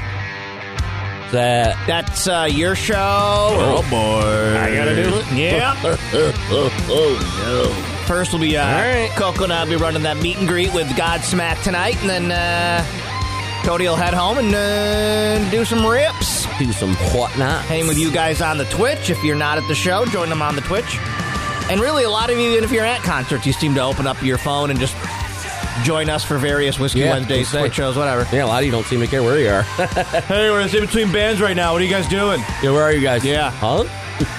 That. That's uh, your show. Oh, boy. I gotta do it? Yeah. oh First will be, uh, All right. Coco and I'll be running that meet and greet with Godsmack tonight. And then, uh, Cody will head home and uh, do some rips. no. Do some whatnot. Hang with you guys on the Twitch. If you're not at the show, join them on the Twitch. And really, a lot of you, even if you're at concerts, you seem to open up your phone and just join us for various Whiskey Yeah, Wednesdays, say. Twitch shows, whatever. Yeah, a lot of you don't seem to care where you are. Hey, we're in between bands right now. What are you guys doing? yeah, where are you guys? Yeah. Huh?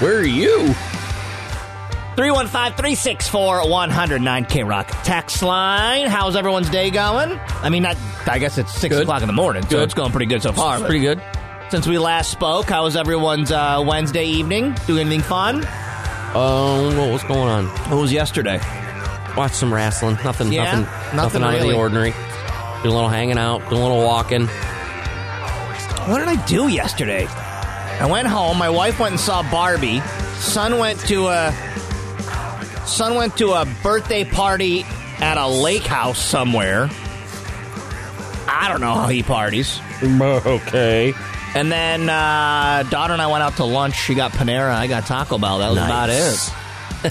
Where are you? 315 364 109 K Rock. Text line. How's everyone's day going? I mean, not, I guess it's 6 Good. o'clock in the morning, so Good. it's going pretty good so far. Ah, It's pretty good. Since we last spoke, how was everyone's uh, Wednesday evening? Do anything fun? Um, what was going on? What was yesterday? Watch some wrestling. Nothing. Yeah, nothing. nothing out of really. the ordinary. Do a little hanging out. Do a little walking. What did I do yesterday? I went home. My wife went and saw Barbie. Son went to a son went to a birthday party at a lake house somewhere. I don't know how he parties. Okay. And then uh, daughter and I went out to lunch. She got Panera. I got Taco Bell. That was about Nice. it.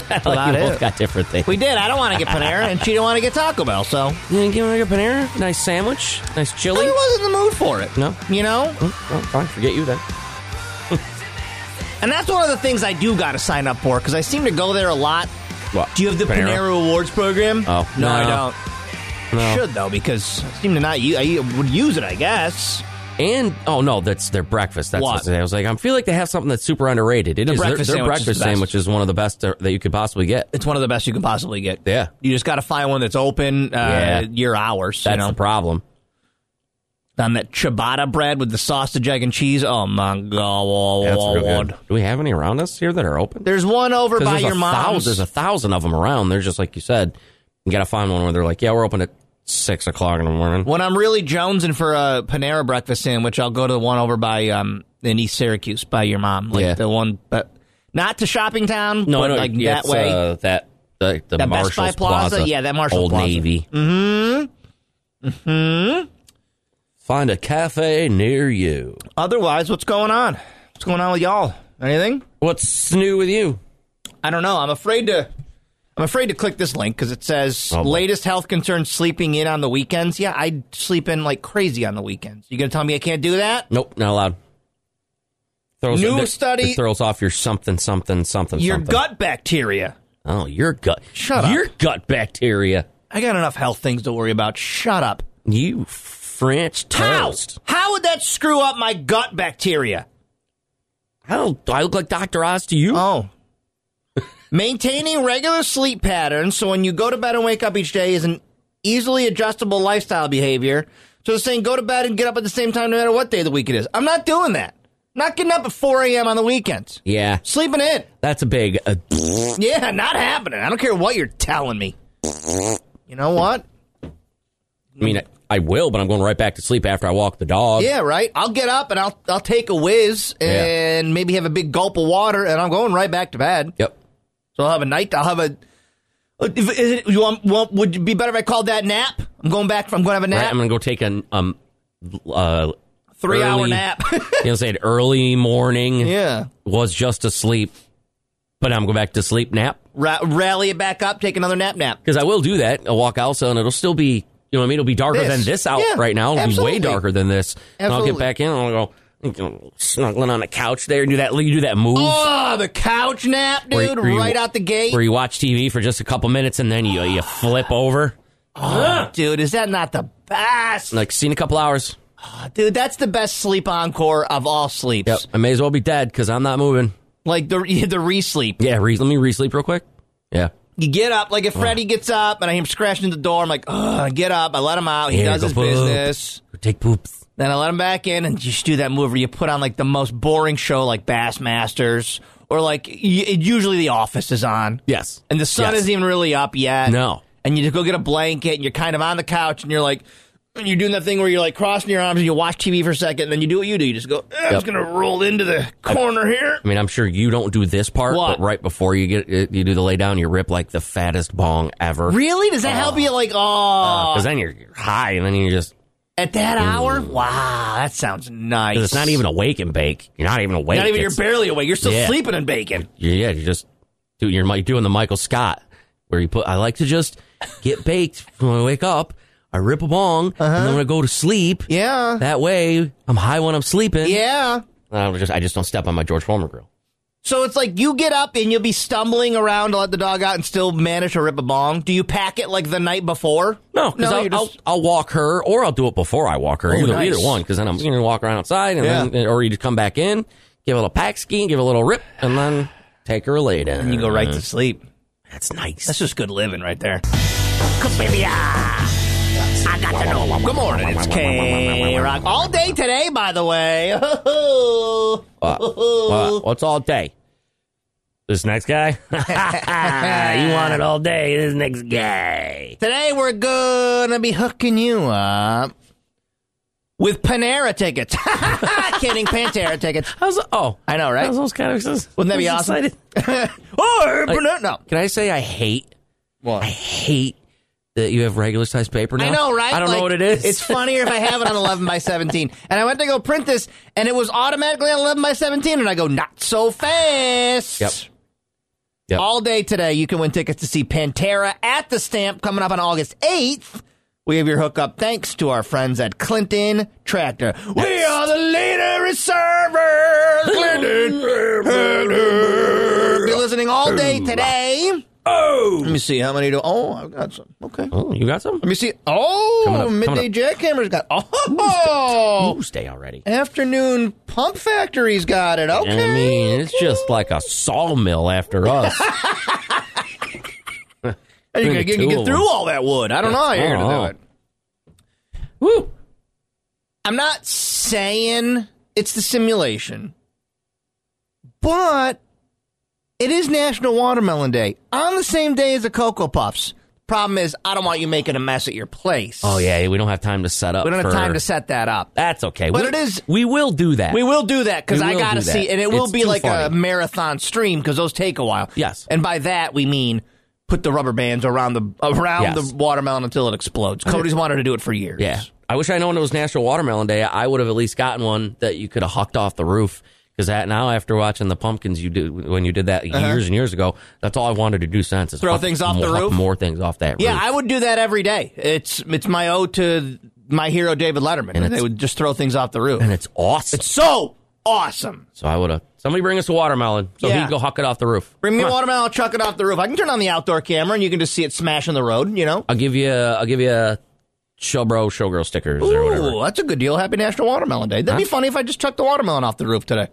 Like About you both it. got different things. We did. I don't want to get Panera, and she didn't want to get Taco Bell. So You didn't give me a Panera? Nice sandwich? Nice chili? I wasn't in the mood for it. No. you know. Oh, fine. Forget you then. And that's one of the things I do got to sign up for because I seem to go there a lot. What? Do you have the Panera, Rewards program? Oh, no, no. I don't. No. Should though because I seem to not. u- I would use it, I guess. And oh no, that's their breakfast. That's What? what? I was like. I feel like they have something that's super underrated. It is their- breakfast their, sandwich is breakfast the best. sandwich is one of the best uh, that you could possibly get. It's one of the best you can possibly get. Yeah. you just got to find one that's open uh, Yeah. your hours. That's you know, the problem. on that ciabatta bread with the sausage, egg, and cheese. Oh my god! Yeah, that's real good. Do we have any around us here that are open? There's one over 'Cause by there's your a mom's. thousand, there's a thousand of them around. They're just like you said. You got to find one where they're like, yeah, we're open at six o'clock in the morning. when I'm really jonesing for a Panera breakfast sandwich, I'll go to the one over by um in East Syracuse by your mom, like Yeah. the one, but not to Shopping Town, but no, like yeah, that it's, way. uh, that the, the, That Best Marshalls Buy Plaza? Yeah, that Marshalls Old Plaza. Mm-hmm. Navy. Mm-hmm. Mm-hmm. Find a cafe near you. Otherwise, what's going on? What's going on with y'all? Anything? What's new with you? I don't know. I'm afraid to. I'm afraid to click this link because it says Oh, boy. latest health concerns sleeping in on the weekends. Yeah, I sleep in like crazy on the weekends. You gonna tell me I can't do that? Nope, not allowed. Throws New it- study- it throws off your something, something, something. Your something. gut bacteria. Oh, your gut. Shut up. Your gut bacteria. I got enough health things to worry about. Shut up. You French How? toast. How would that screw up my gut bacteria? I don't. Do I look like Doctor Oz to you? Oh. Maintaining regular sleep patterns so when you go to bed and wake up each day is an easily adjustable lifestyle behavior. So it's saying go to bed and get up at the same time no matter what day of the week it is. I'm not doing that. Not getting up at 4 a.m. on the weekends. Yeah, Sleeping in. that's a big. Uh, Yeah, not happening. I don't care what you're telling me. You know what? I mean, I, I will, but I'm going right back to sleep after I walk the dog. Yeah, right. I'll get up and I'll I'll take a whiz Yeah. and maybe have a big gulp of water and I'm going right back to bed. Yep. So I'll have a night. I'll have a. Uh, If, is it, you want, want, would it be better if I called that nap? I'm going back. I'm going to have a All right, nap. I'm gonna go take a um, uh, three hour Early. nap. you know, said early morning yeah. was just asleep, but I'm going back to sleep nap Ra- rally it back up, take another nap nap. because I will do that. I'll walk outside and it'll still be, you know what I mean? It'll be darker This. than this out Yeah, right now. It'll absolutely. be way darker than this. And I'll Absolutely. get back in and I'll go you know, snuggling on the couch there and do that. You do that move Oh, the couch nap, Where you- dude, where you- right out the gate. where you watch TV for just a couple minutes and then you you flip over. Oh, dude, is that not the best? Like seen a couple hours. Dude, that's the best sleep encore of all sleeps. Yep. I may as well be dead because I'm not moving. Like the the resleep. Yeah. Re- let me resleep real quick. Yeah. You get up, like if Freddie gets up and I hear him scratching at the door, I'm like, ugh, I get up, I let him out, he Yeah, does go his poop. business. Take poops. Then I let him back in and just do that move where you put on like the most boring show like Bassmasters or like y- usually The Office is on. Yes. And the sun Yes. isn't even really up yet. No. And you just go get a blanket and you're kind of on the couch and you're like, and you're doing that thing where you're like crossing your arms and you watch TV for a second and then you do what you do. You just go, "Eh, I'm just Yep. going to roll into the corner here. I mean, I'm sure you don't do this part, What? but right before you get you do the lay down, you rip like the fattest bong ever. Really? Does that Uh, help you? Like, oh, Because then you're, you're high, and then you're just. at that hour? Wow, that sounds nice. 'cause Mm. it's not even a wake and bake. You're not even awake. Not even, you're It's- barely awake. You're still Yeah. sleeping and baking. Yeah, you're just dude. You're mi- doing the Michael Scott where you put. I like to just get baked when I wake up. I rip a bong, and then when I go to sleep, Uh-huh. Yeah. that way I'm high when I'm sleeping. Yeah. And I just I just don't step on my George Foreman grill. So it's like you get up and you'll be stumbling around to let the dog out and still manage to rip a bong. Do you pack it like the night before? No, because No, I'll, you're just- Oh, I'll, I'll walk her, or I'll do it before I walk her. either nice. either one, because then I'm going to walk around outside, and Yeah. then or you just come back in, give a little pack ski, give a little rip, and then take her a lay down. And you go right to sleep. That's nice. That's just good living right there. Kumbaya. I got to know. Good morning. It's K Rock. All day today, by the way. What- what's all day? This next guy? you want it all day. This next guy. Today we're gonna be hooking you up with Panera tickets. Kidding, Pantera tickets. How's oh? I know, right? How's those kind of wouldn't Wouldn't that be awesome? oh, Panera! No, Can I say I hate? What? I hate that you have regular sized paper now. I know, right? I don't Like, know what it is. It's funnier if I have it on 11 by 17. And I went to go print this, and it was automatically on 11 by 17. And I go, not so fast. Yep. Yep. All day today, you can win tickets to see Pantera at the Stamp coming up on August 8th. We have your hookup thanks to our friends at Clinton Tractor. We are the leader in servers. Clinton. Tractor. Be listening all day today. Oh, let me see how many do. Oh, I've got some. Okay. Oh, you got some? Let me see. Oh, Coming up, coming midday jackhammer's got. Oh, Tuesday already. afternoon pump factory's got it. Okay. I mean, it's just like a sawmill after us. And you between can, the you can two get of through them. all that wood. I don't know how you're Oh. gonna do it. Woo! I'm not saying it's the simulation, but it is National Watermelon Day on the same day as the Cocoa Puffs. Problem is, I don't want you making a mess at your place. Oh yeah, we don't have time to set up. we don't have for- time to set that up. That's okay. But We- it is- We will do that. We will do that because We I will gotta do that. see, and it will It's be too like a funny. marathon stream because those take a while. Yes. and by that we mean put the rubber bands around the around Yes. the watermelon until it explodes. Cody's wanted to do it for years. Yeah. I wish I known it was National Watermelon Day. I would have at least gotten one that you could have hucked off the roof. Because that now, after watching the pumpkins, you do when you did that years and years ago, that's all I wanted to do since is Uh-huh. Throw huck things off the more, huck roof? more things off that yeah, roof. I would do that every day. It's it's my ode to my hero David Letterman. And they it's- would just throw things off the roof. and it's awesome. so awesome. so I would have somebody bring us a watermelon so Yeah. he can go huck it off the roof. Bring me Come a on. watermelon, I'll chuck it off the roof. I can turn on the outdoor camera and you can just see it smash on the road. You know. I'll give you. I'll give you a showbro showgirl stickers or whatever. Ooh, that's a good deal. Happy National Watermelon Day. That'd be Huh? funny if I just chucked the watermelon off the roof today.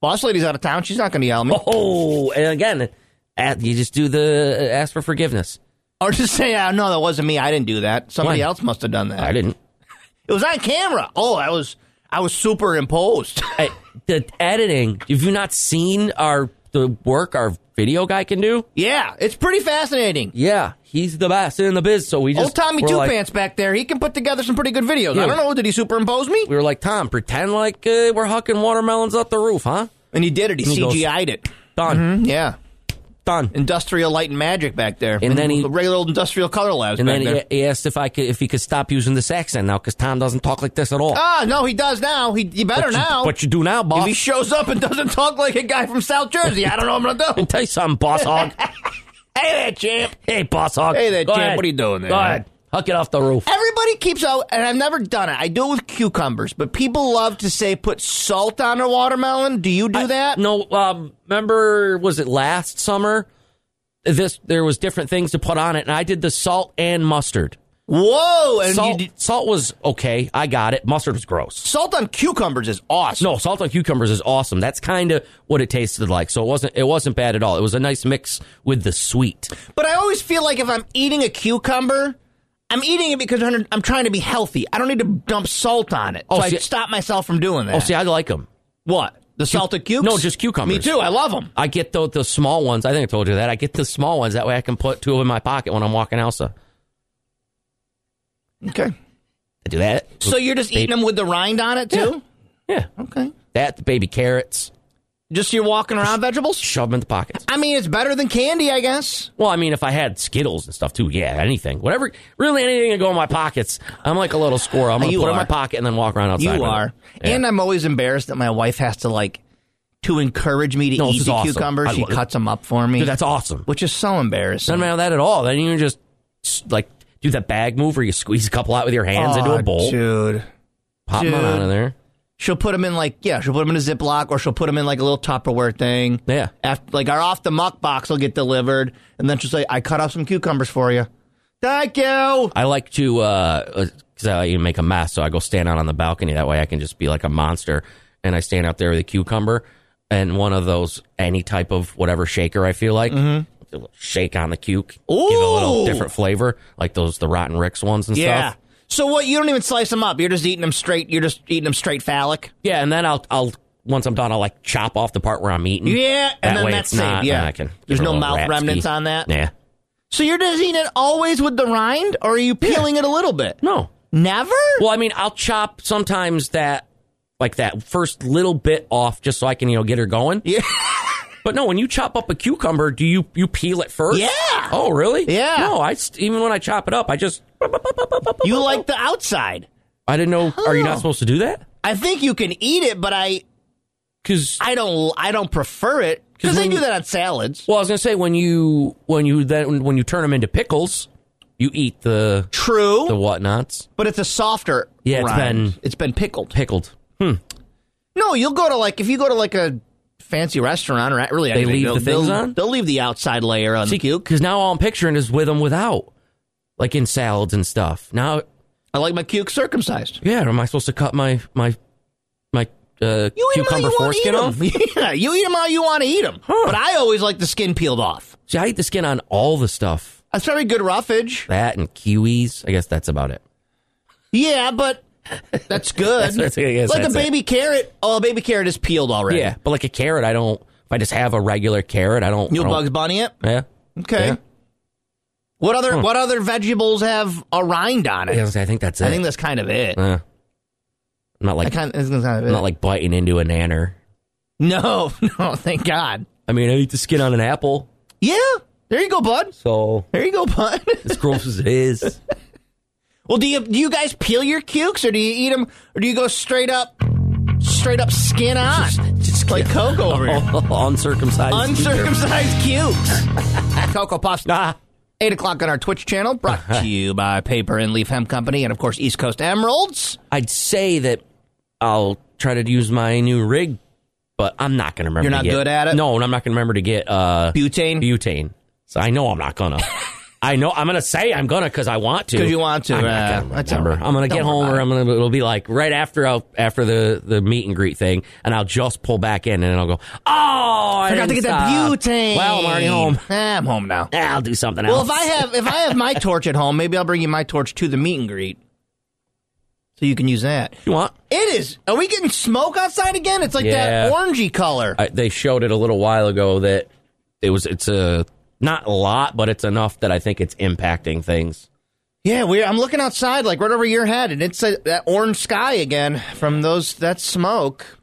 Boss lady's out of town. She's not going to yell at me. Oh, and again, at, you just do the uh, ask for forgiveness. Or just say, oh, no, that wasn't me. I didn't do that. Somebody Why? else must have done that. I didn't. It was on camera. Oh, I was I was superimposed. I, the editing. Have you not seen our the work our video guy can do? yeah, it's pretty fascinating. Yeah, he's the best in the biz. So we just Old Tommy we're Two like- Pants back there, he can put together some pretty good videos. Yeah. I don't know, did he superimpose me? We were like Tom, pretend like uh, we're hucking watermelons up the roof, huh? And he did it. He, And he goes- CGI'd it. Done. Yeah. Done. Industrial light and magic back there. And then he- regular old industrial color labs And then back there. he, he asked if I could if he could stop using this accent now because Tom doesn't talk like this at all. ah, no, he does now. He, he better What you- now. What you do now, if boss? he shows up and doesn't talk like a guy from South Jersey, I don't know what I'm gonna do. I'll tell you something, boss hog. hey there, champ. hey, boss hog. Hey there, Go champ. ahead. What are you doing there? Go ahead. Huck it off the roof. Everybody keeps out, and I've never done it. I do it with cucumbers, but people love to say put salt on a watermelon. Do you do that? No, um, remember was it last summer? This there was different things to put on it, and I did the salt and mustard. Whoa! And Salt, salt. You, d- salt was okay. I got it. Mustard was gross. salt on cucumbers is awesome. No, salt on cucumbers is awesome. That's kind of what it tasted like. So it wasn't it wasn't bad at all. It was a nice mix with the sweet. But I always feel like if I'm eating a cucumber, I'm eating it because I'm I'm trying to be healthy. I don't need to dump salt on it. Oh, so see- I stop myself from doing that. Oh, see, I like them. what? The salted cukes? No, just cucumbers. Me too. I love them. I get the the small ones. I think I told you that. I get the small ones. That way, I can put two in my pocket when I'm walking Elsa. Okay. I do that. So you're just eating them with the rind on it too? Yeah, Okay. that the baby carrots. Just you're walking around vegetables? Shove them in the pockets. I mean, it's better than candy, I guess. Well, I mean, if I had Skittles and stuff too, yeah, anything, whatever, really anything to go in my pockets. I'm like a little squirrel. I'm gonna You put it in my are. pocket and then walk around outside. You with it. are. Yeah. And I'm always embarrassed that my wife has to like to encourage me to No, this eat is the awesome. cucumbers. I She love it. cuts them up for me. Dude, that's awesome. which is so embarrassing. Doesn't matter that at all. Then you can just s- like do that bag move where you squeeze a couple out with your hands into Aw, a bowl, Dude. pop them dude. out of there. She'll put them in like yeah, she'll put them in a Ziploc or she'll put them in like a little Tupperware thing. Yeah. After like our off the muck box will get delivered, and then she'll say, "I cut off some cucumbers for you." Thank you. I like to because I even make a mess, so I go stand out on the balcony. That way, I can just be like a monster, and I stand out there with a cucumber and one of those any type of whatever shaker I feel like. A little Shake on the cuke, give it a little Mm-hmm. Ooh. different flavor, like those the Rotten Ricks ones and Yeah. stuff. So what? You don't even slice them up. You're just eating them straight. You're just eating them straight phallic. Yeah, and then I'll I'll once I'm done, I'll like chop off the part where I'm eating. Yeah, that and then way that's it's safe, not. and yeah. I can give There's it a no little mouth ratski. remnants on that? Yeah, So you're just eating it always with the rind, or are you peeling it a little bit? no. Never. Well, I mean, I'll chop sometimes that like that first little bit off just so I can you know get her going. Yeah. But no, when you chop up a cucumber, do you you peel it first? Yeah. Oh, really? Yeah. No, I st- even when I chop it up, I just You like the outside. I didn't know. Are you Oh. not supposed to do that? I think you can eat it, but I Because I don't I don't prefer it because they when- do that on salads. well, I was gonna say when you when you then when you turn them into pickles, you eat the True, the whatnots but it's a softer. Yeah, it's rind. been- it's been pickled. pickled. No, you'll go to like if you go to like a fancy restaurant or really They leave they'll, the things they'll, on? They'll leave the outside layer on the cuke. because now all I'm picturing is with them without, like in salads and stuff. Now, I like my cuke circumcised. yeah, am I supposed to cut my my my uh, You eat 'em cucumber how you foreskin want off? to eat 'em. Yeah, you eat them how you want to eat them. But I always like the skin peeled off. See, I eat the skin on all the stuff. That's very good roughage. That and kiwis. I guess that's about it. Yeah, but that's good. That's- I guess like that's a baby carrot. Oh, a baby carrot is peeled already. Yeah, but like a carrot, I don't. If I just have a regular carrot, I don't. You'll I don't- Bugs Bunny it. Yeah. Okay. Oh. Yeah. What other what other vegetables have a rind on I, it? was gonna say, I think that's it. I think that's kind of it. Yeah. I'm not I like kind of, that's kind of I'm it. not like biting into a nanner. no, no, thank God. I mean, I eat the skin on an apple, Yeah, there you go, bud. so There you go, bud. as gross as it is. well, do you do you guys peel your cukes or do you eat them or do you go straight up, straight up skin on? Just like Coke over here. Uncircumcised. Uncircumcised cukes. Cocoa Puffs. Nah. 8 o'clock on our Twitch channel, brought to you by Paper and Leaf Hemp Company and, of course, East Coast Emeralds. I'd say that I'll try to use my new rig, but I'm not gonna remember. You're to not get- good at it? No, and I'm not gonna remember to get uh, Butane. butane. So I know I'm not gonna. I know I'm gonna say I'm gonna because I want to. 'Cause you want to, I'm uh, not gonna that's all remember. right. I'm gonna Don't get worry home, about or I'm gonna. It'll be like right after I'll, after the the meet and greet thing, and I'll just pull back in, and then I'll go. Oh, I Forgot to didn't get that stop." butane. uh, Well, I'm already home. Eh, I'm home now. Eh, I'll do something Well, else. if I have if I have my torch at home, maybe I'll bring you my torch to the meet and greet, so you can use that. you want. It is. Are we getting smoke outside again? It's like Yeah. that orangey color. I, they showed it a little while ago that it was it's a not a lot, but it's enough that I think it's impacting things. yeah, we. I'm looking outside, like right over your head, and it's uh that orange sky again from those that smoke.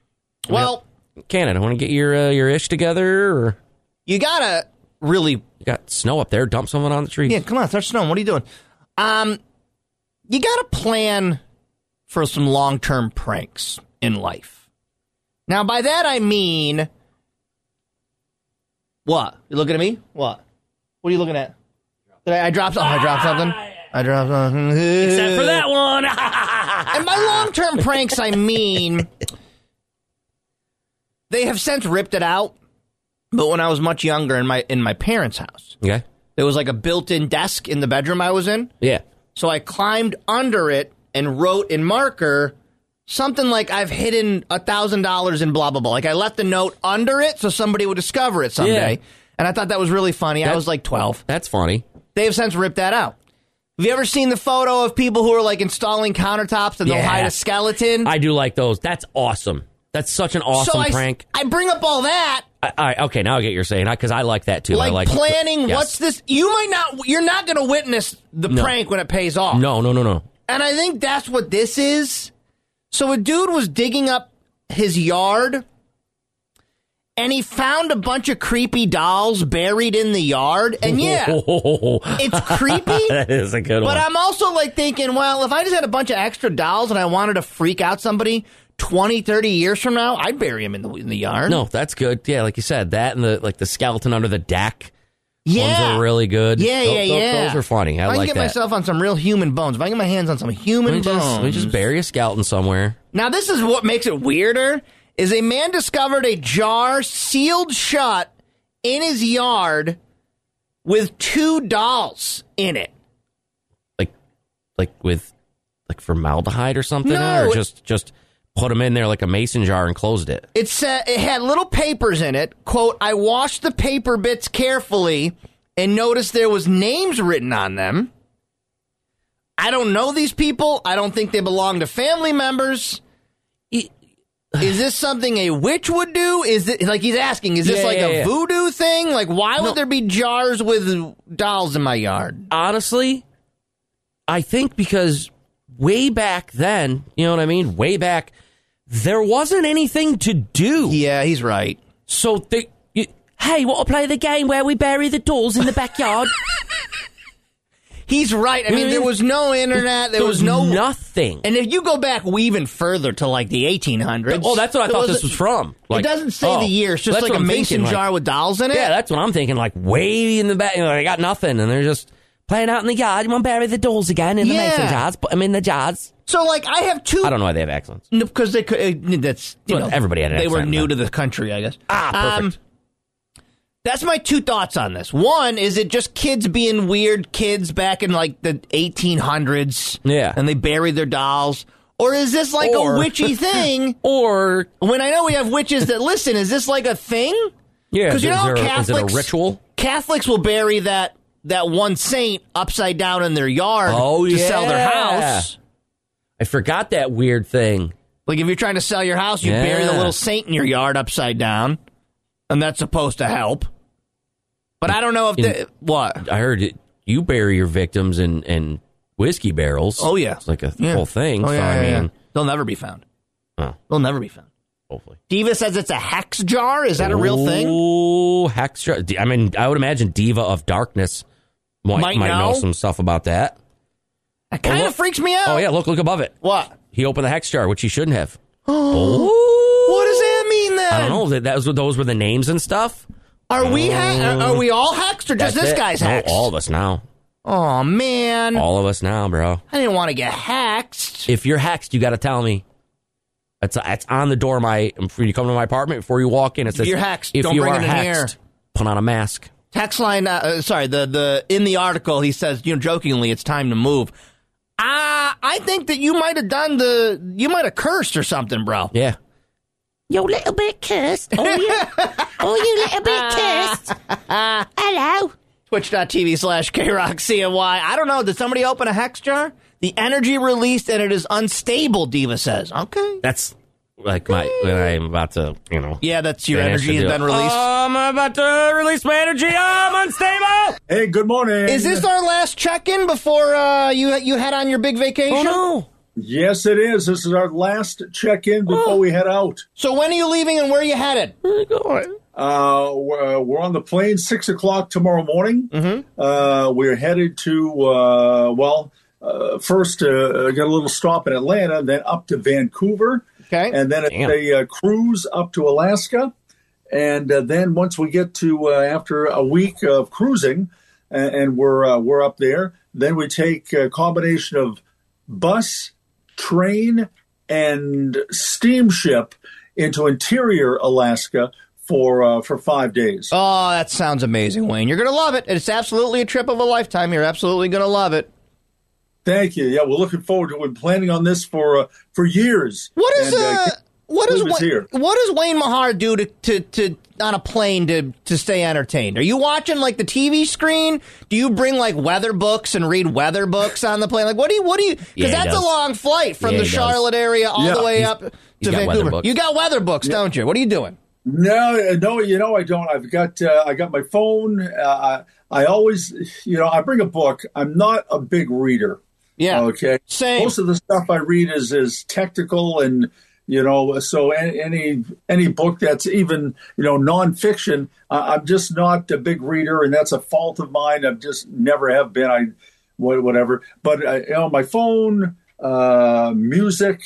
Well, Cannon, I want to get your uh, your ish together. Or you gotta really You got snow up there. Dump someone on the trees. Yeah, come on, start snowing. What are you doing? Um, you got to plan for some long term pranks in life. Now, by that I mean, what? You looking at me? What? What are you looking at? Did I, I dropped? Oh, I dropped something. I dropped something. Except for that one. And by long term pranks, I mean they have since ripped it out. But when I was much younger, in my in my parents' house. okay. There was like a built in desk in the bedroom I was in. Yeah. So I climbed under it and wrote in marker something like I've hidden a thousand dollars in blah blah blah. Like I left the note under it so somebody would discover it someday. Yeah. And I thought that was really funny. I That- was like twelve. That's funny. They have since ripped that out. Have you ever seen the photo of people who are like installing countertops and they'll Yeah. hide a skeleton? I do like those. That's awesome. That's such an awesome so I, s- prank. I bring up all that I, I, okay, now I get what you're saying because I like that too. I like, like planning Yes. what's this you might not you're not gonna witness the No. prank when it pays off. No, no, no, no. And I think that's what this is. So a dude was digging up his yard and he found a bunch of creepy dolls buried in the yard. And yeah, it's creepy. that is a good But one. I'm also like thinking, well, if I just had a bunch of extra dolls and I wanted to freak out somebody 20, 30 years from now, I'd bury him in the, in the yard. no, that's good. Yeah, like you said, that and the like the skeleton under the deck ones yeah. are really good. yeah, Tho- yeah, tho- yeah. Those are funny. I, if I can like get that. myself on some real human bones. If I can get my hands on some human we bones, just we just bury a skeleton somewhere. Now, this is what makes it weirder: is a man discovered a jar sealed shut in his yard with two dolls in it. like like with like formaldehyde or something No, or it- just just put them in there like a mason jar and closed it It said it had little papers in it. "Quote: I washed the paper bits carefully and noticed there was names written on them. I don't know these people. I don't think they belong to family members." I- Is this something a witch would do? Is it like he's asking? Is this Yeah, like yeah, a yeah. voodoo thing? Like, why No. would there be jars with dolls in my yard? honestly i think because way back then you know what i mean way back there wasn't anything to do Yeah, he's right. so they you, hey want to play the game where we bury the dolls in the backyard He's right. I mean, there was no internet. There was no nothing And if you go back we even further to like the 1800s. oh that's what i there thought this wasn't- was from Like, it doesn't say oh, the year. It's just that's like what a I'm mason thinking, like, jar with dolls in it. Yeah, that's what I'm thinking. Like way in the back, you know, they got nothing, and they're just playing out in the yard. You want to bury the dolls again in Yeah. the mason jars? Put them in the jars. so like I have two I don't know why they have accents. because they could. Uh, that's you Well, know, everybody had an They were accent new then. to the country, I guess. Um, Ah, perfect. that's my two thoughts on this. One is it just kids being weird kids back in like the 1800s, Yeah. and they buried their dolls, or is this like a Or- witchy thing? or When I know we have witches that listen, is this like a thing? yeah, Because you is know how there a- is it Catholics a ritual? Catholics will bury that that one saint upside down in their yard Oh, to sell their yeah. house. I forgot that weird thing. Like if you're trying to sell your house, you bury the Yeah. little saint in your yard upside down, and that's supposed to help. But I don't know if In- the, what. I heard it, you bury your victims in in whiskey barrels. Oh yeah, it's like a Yeah. whole thing. Oh, so yeah, I yeah, yeah. mean, they'll never be found. Oh. They'll never be found. hopefully. Diva says it's a hex jar. Is that a real thing? Oh, hex! jar- I mean, I would imagine Diva of Darkness might, Might might know know. some stuff about that. That kind of look. freaks me out. Oh yeah, look look above it. What? He opened the hex jar, which he shouldn't have. What does that mean then? Oh. I don't know. That, that was those were the names and stuff. Are we ha- are, are we all hexed or That's just this it. guy's No, hexed? all of us now. Oh man, All of us now, bro. I didn't want to get hexed. If you're hexed, you got to tell me. That's that's on the door. of My when you come to my apartment before you walk in, it says you're hexed, If don't you bring are it in hexed, here." put on a mask. Text line. Uh, uh, sorry, the the in the article he says, you know, jokingly, it's time to move. Ah, I think that you might have done the, you might have cursed or something, bro. Yeah, You little bit cursed. Oh, you, oh, you little bit cursed. Hello. Twitch.tv slash KRockCNY. I don't know. Did somebody open a hex jar? The energy released and it is unstable. Diva says. Okay. that's like my when I'm about to you know. Yeah, that's your finish energy and has do been it. released. I'm about to release my energy. I'm unstable. Hey, good morning. is this our last check-in before uh, you you head on your big vacation? Oh no! Yes, it is. Oh. This is our last check in before we head out. So when are you leaving and where are you headed? Where are you going? Uh, we're, uh, we're on the plane six o'clock tomorrow morning. Mm-hmm. Uh, we're headed to uh, well, uh, first uh, got a little stop in Atlanta, then up to Vancouver, Okay. and then it's Damn. a uh, cruise up to Alaska, and uh, then once we get to uh, after a week of cruising, uh, and we're uh, we're up there, then we take a combination of bus, train, and steamship into interior Alaska for uh, for five days. Oh, that sounds amazing, Wayne. You're going to love it. It's absolutely a trip of a lifetime. You're absolutely going to love it. Thank you. Yeah, we're looking forward to. it. We've been planning on this for uh, for years. What is And, uh, what is Cleveland's Wa- here. what does Wayne Mahar do to, to, to on a plane to to stay entertained? Are you watching like the TV screen? Do you bring like weather books and read weather books on the plane? Like what do you what do you because Yeah, he that's a does. long flight from Yeah, the he does. Charlotte area all Yeah. the way He's- up to he's got weather Vancouver. books. You got weather books, don't you? What are you doing? No, uh, no, you know I don't. I've got uh, I got my phone. Uh, I I always, you know, I bring a book. I'm not a big reader. Yeah. Okay. Same. Most of the stuff I read is is technical and you know so a- any any book that's even you know nonfiction I, I'm just not a big reader and that's a fault of mine. I've just never have been. I wha- whatever. But uh, you know my phone, uh, music.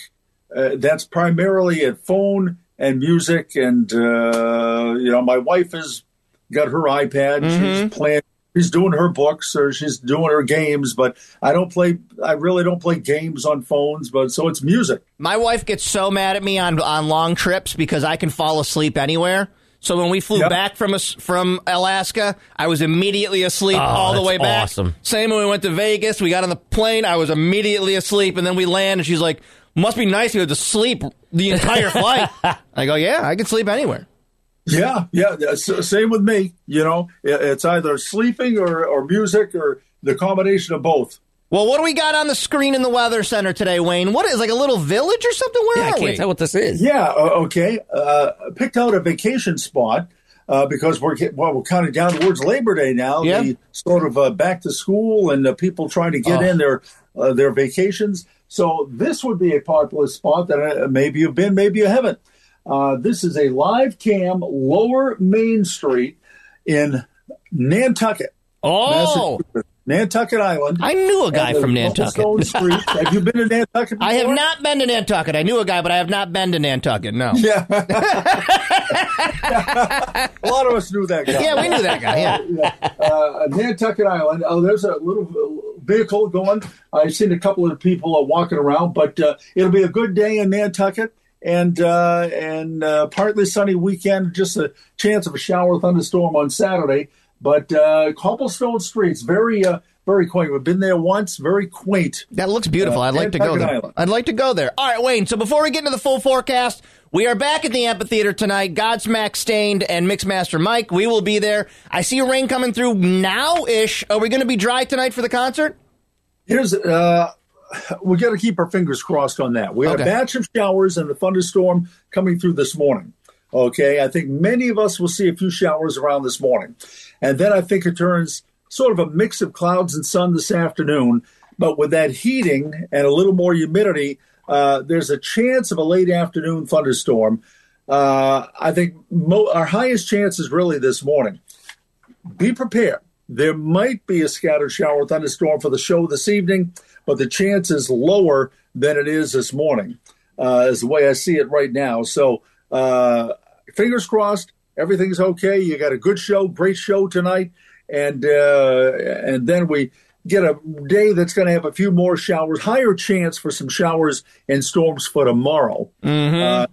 Uh, that's primarily at phone and music and uh, you know my wife has got her iPad. Mm-hmm. She's playing. She's doing her books or she's doing her games, but I don't play. I really don't play games on phones, but so it's music. My wife gets so mad at me on on long trips because I can fall asleep anywhere. So when we flew Yep. back from us from Alaska, I was immediately asleep all the Oh, that's way back. awesome. Same when we went to Vegas, we got on the plane, I was immediately asleep, and then we land, and she's like, "Must be nice to be able to sleep the entire flight." I go, "Yeah, I can sleep anywhere." Yeah, yeah. s- Same with me. You know, I- it's either sleeping or or music or the combination of both. Well, what do we got on the screen in the weather center today, Wayne? What is like a little village or something? Where I are can't we? tell what this is. Yeah. o- Okay. Uh, picked out a vacation spot uh, because we're get, well, we're kind of down towards Labor Day now. Yeah. The sort of uh, back to school and the people trying to get in their uh, their vacations. So this would be a popular spot that uh, maybe you've been, maybe you haven't. Uh, this is a live cam Lower Main Street in Nantucket, oh, Massachusetts, Nantucket Island. I knew a guy And the from Nantucket. cobblestone Street. Have you been to Nantucket? I have before? not been to Nantucket. I knew a guy, but I have not been to Nantucket. No. Yeah. a lot of us knew that guy. Yeah, we knew that guy. Yeah. yeah. Uh, Nantucket Island. Oh, there's a little vehicle going. I've seen a couple of people uh, walking around, but uh, it'll be a good day in Nantucket and uh, and uh, partly sunny weekend. Just a chance of a shower or thunderstorm on Saturday. But uh, cobblestone streets, very uh, very quaint. We've been there once. Very quaint. That looks beautiful. I'd like to go Nantucket there. Island. I'd like to go there. All right, Wayne. So before we get into the full forecast, we are back at the amphitheater tonight. Godsmack Stained and Mixmaster Mike. We will be there. I see rain coming through now ish. Are we going to be dry tonight for the concert? Here's uh, we got to keep our fingers crossed on that. We had Okay. a batch of showers and a thunderstorm coming through this morning. Okay, I think many of us will see a few showers around this morning, and then I think it turns sort of a mix of clouds and sun this afternoon. But with that heating and a little more humidity, uh, there's a chance of a late afternoon thunderstorm. Uh, I think mo- our highest chance is really this morning be prepared. There might be a scattered shower or thunderstorm for the show this evening, but the chance is lower than it is this morning, uh, is the way I see it right now. So, uh, fingers crossed, everything's okay. You got a good show, great show tonight, and uh, and then we get a day that's going to have a few more showers, higher chance for some showers and storms for tomorrow. Uh,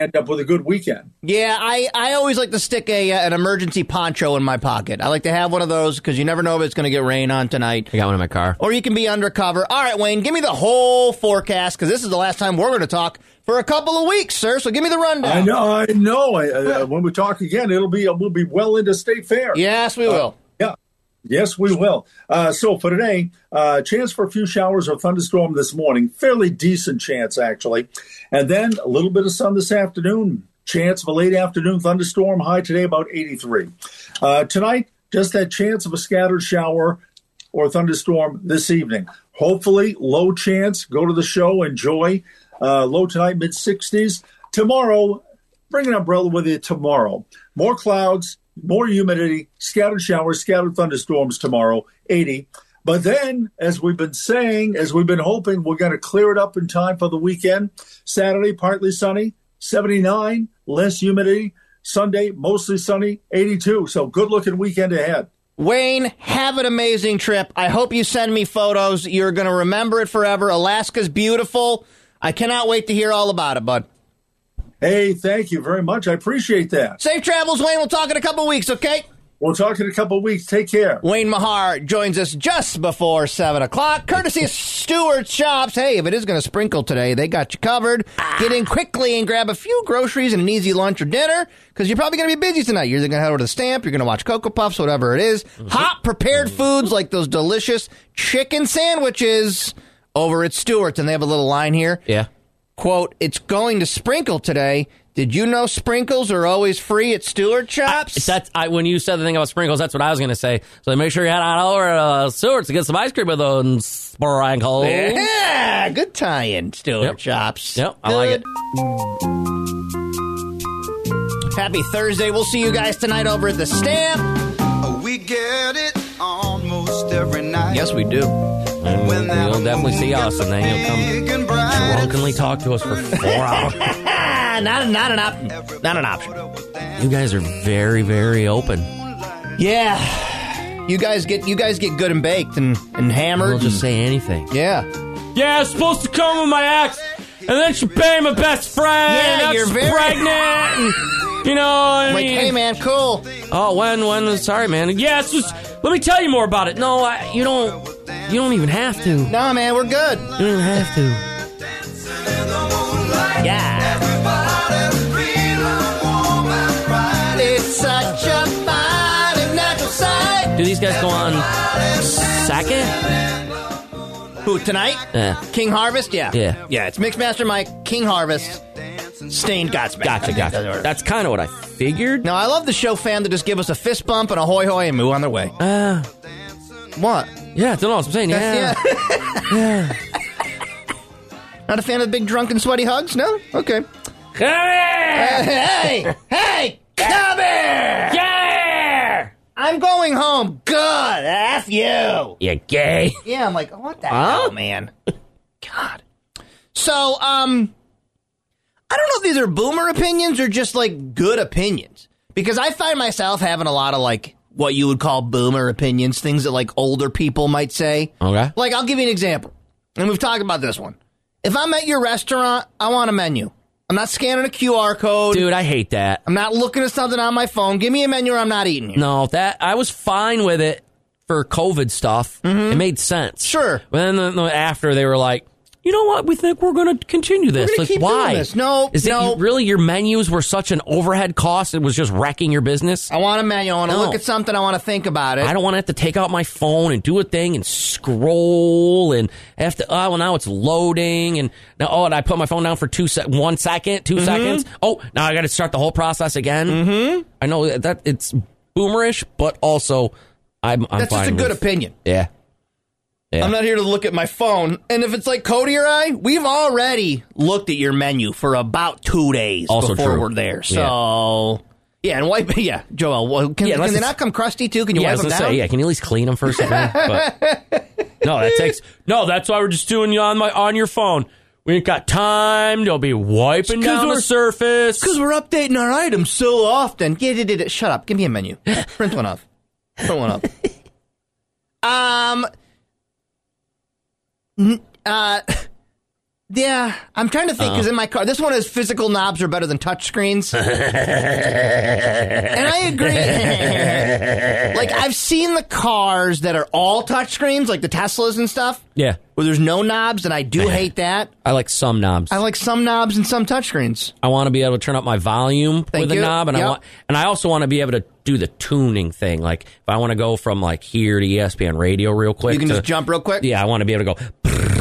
end up with a good weekend. Yeah, I, I always like to stick a uh, an emergency poncho in my pocket. I like to have one of those because you never know if it's going to get rain on tonight. I got one in my car. or you can be undercover. All right, Wayne, give me the whole forecast because this is the last time we're going to talk for a couple of weeks, sir. So give me the rundown. I know, I know. I, I, when we talk again, it'll be we'll be well into state fair. Yes, we will. yeah, yes, we will. Uh, so for today, uh, chance for a few showers or thunderstorm this morning. Fairly decent chance actually, and then a little bit of sun this afternoon. Chance of a late afternoon thunderstorm. High today about eighty three. Uh, tonight, just that chance of a scattered shower or thunderstorm this evening. Hopefully, low chance. Go to the show, enjoy. Uh, low tonight, mid 60s. Tomorrow, Bring an umbrella with you tomorrow. More clouds, more humidity, scattered showers, scattered thunderstorms tomorrow, 80. But then, as we've been saying, as we've been hoping, we're going to clear it up in time for the weekend. Saturday, partly sunny, 79, less humidity. Sunday, mostly sunny, 82. So good looking weekend ahead. Wayne, have an amazing trip. I hope you send me photos. You're going to remember it forever. Alaska's beautiful. I cannot wait to hear all about it, bud. Hey, thank you very much. I appreciate that. Safe travels, Wayne. We'll talk in a couple weeks, okay? We'll talk in a couple weeks. Take care. Wayne Mahar joins us just before 7 o'clock, courtesy of Stewart's Shops. Hey, if it is going to sprinkle today, they got you covered. Get in quickly and grab a few groceries and an easy lunch or dinner because you're probably going to be busy tonight. You're going to head over to the stamp, you're going to watch Cocoa Puffs, whatever it is. Hot prepared foods like those delicious chicken sandwiches over at Stewart's. And they have a little line here. Yeah. Quote, it's going to sprinkle today. Did you know sprinkles are always free at Stewart's Shops? That's I, when you said the thing about sprinkles. That's what I was going to say. So make sure you head on over to uh, Stewart's to get some ice cream with those sprinkles. Yeah, good tie-in, Stewart Yep. Chops. Yep, I like Good. Happy Thursday. We'll see you guys tonight over at the Stamp. We get it almost every night. Yes, we do. And you'll definitely see us, and then you'll come and bright. drunkenly talk to us for four hours. Ah, not, not an option. Not an option. You guys are very, very open. Yeah. You guys get you guys get good and baked and, and hammered. We'll just and- say anything. yeah. Yeah, I was supposed to come with my ex, and then she banged my best friend. Yeah, and you're she's very- pregnant. and, you know, I Like, mean, hey man, cool. oh, when, when? Sorry, man. Yeah, it's just. Let me tell you more about it. No, I, you don't. You don't even have to. You Nah, man, we're good. don't even have to. Yeah. It's such a fine and natural sight. Do these guys go on second? Who tonight? Yeah. King Harvest, yeah. Yeah. Yeah, it's Mixmaster Mike, King Harvest, Stained Godsmack. Gotcha, gotcha. That's kind of what I figured. Now, I love the show fam to just give us a fist bump and a hoy hoy and move on their way. Uh, What? yeah, I don't know what I'm saying. Yeah. That's- Not a fan of the big drunk and sweaty hugs? No? Okay. Come here! Hey! Hey! Come here! Yeah! I'm going home. Good. F you. You gay. Yeah, I'm like, what the Huh? hell, man? God. So, um, I don't know if these are boomer opinions or just like good opinions because I find myself having a lot of like what you would call boomer opinions, things that like older people might say. Okay. Like, I'll give you an example, and we've talked about this one. If I'm at your restaurant, I want a menu. I'm not scanning a QR code. Dude, I hate that. I'm not looking at something on my phone. Give me a menu or I'm not eating here. No, that I was fine with it for COVID stuff. It made sense. Mm-hmm. Sure. But then the, the- after they were like, you know what? We think we're going to continue this. gonna like, keep why? doing this. No, Is no. it you- really your menus were such an overhead cost? It was just wrecking your business. I want a menu. I want to No. look at something. I want to think about it. I don't want to have to take out my phone and do a thing and scroll and have to. Oh, well, now it's loading and now. Oh, and I put my phone down for two sec, one second, two Mm-hmm. seconds. Oh, now I got to start the whole process again. Mm-hmm. I know that- that it's boomerish, but also I'm. I'm That's just a fine good with- opinion. Yeah. Yeah. I'm not here to look at my phone. And if it's like Cody or I, we've already looked at your menu for about two days Also before true. we're there. So yeah, and wipe. Yeah, Joel. Well, can, Yeah, can unless they it's- not come crusty too? Can you yeah, I wipe was them gonna down? say, yeah, can you at least clean them first? But, no, that takes no. That's why we're just doing you on my on your phone. We ain't got time. They'll be wiping 'Cause down the we're- surface. Because we're updating our items so often. Yeah, yeah, yeah, yeah. Shut up. Give me a menu. Print one off. Print one off. um. n- Uh. Yeah, I'm trying to think because in my car, this one has physical knobs are better than touch screens. and I agree. like I've seen the cars that are all touch screens, like the Teslas and stuff, yeah, where there's no knobs, and I do hate that. I like some knobs. I like some knobs and some touch screens. I want to be able to turn up my volume Thank with a you. knob, and I Yep. want, and I also want to be able to do the tuning thing. Like if I want to go from like here to E ESPN Radio real quick, You can to- just jump real quick. Yeah, I want to be able to go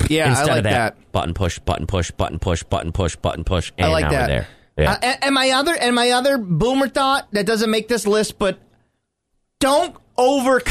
Yeah, instead I like of that, that. button push, button push, button push, button push, button push. And I like now that. We're there. Yeah. Uh, and, and my other and my other boomer thought that doesn't make this list, but don't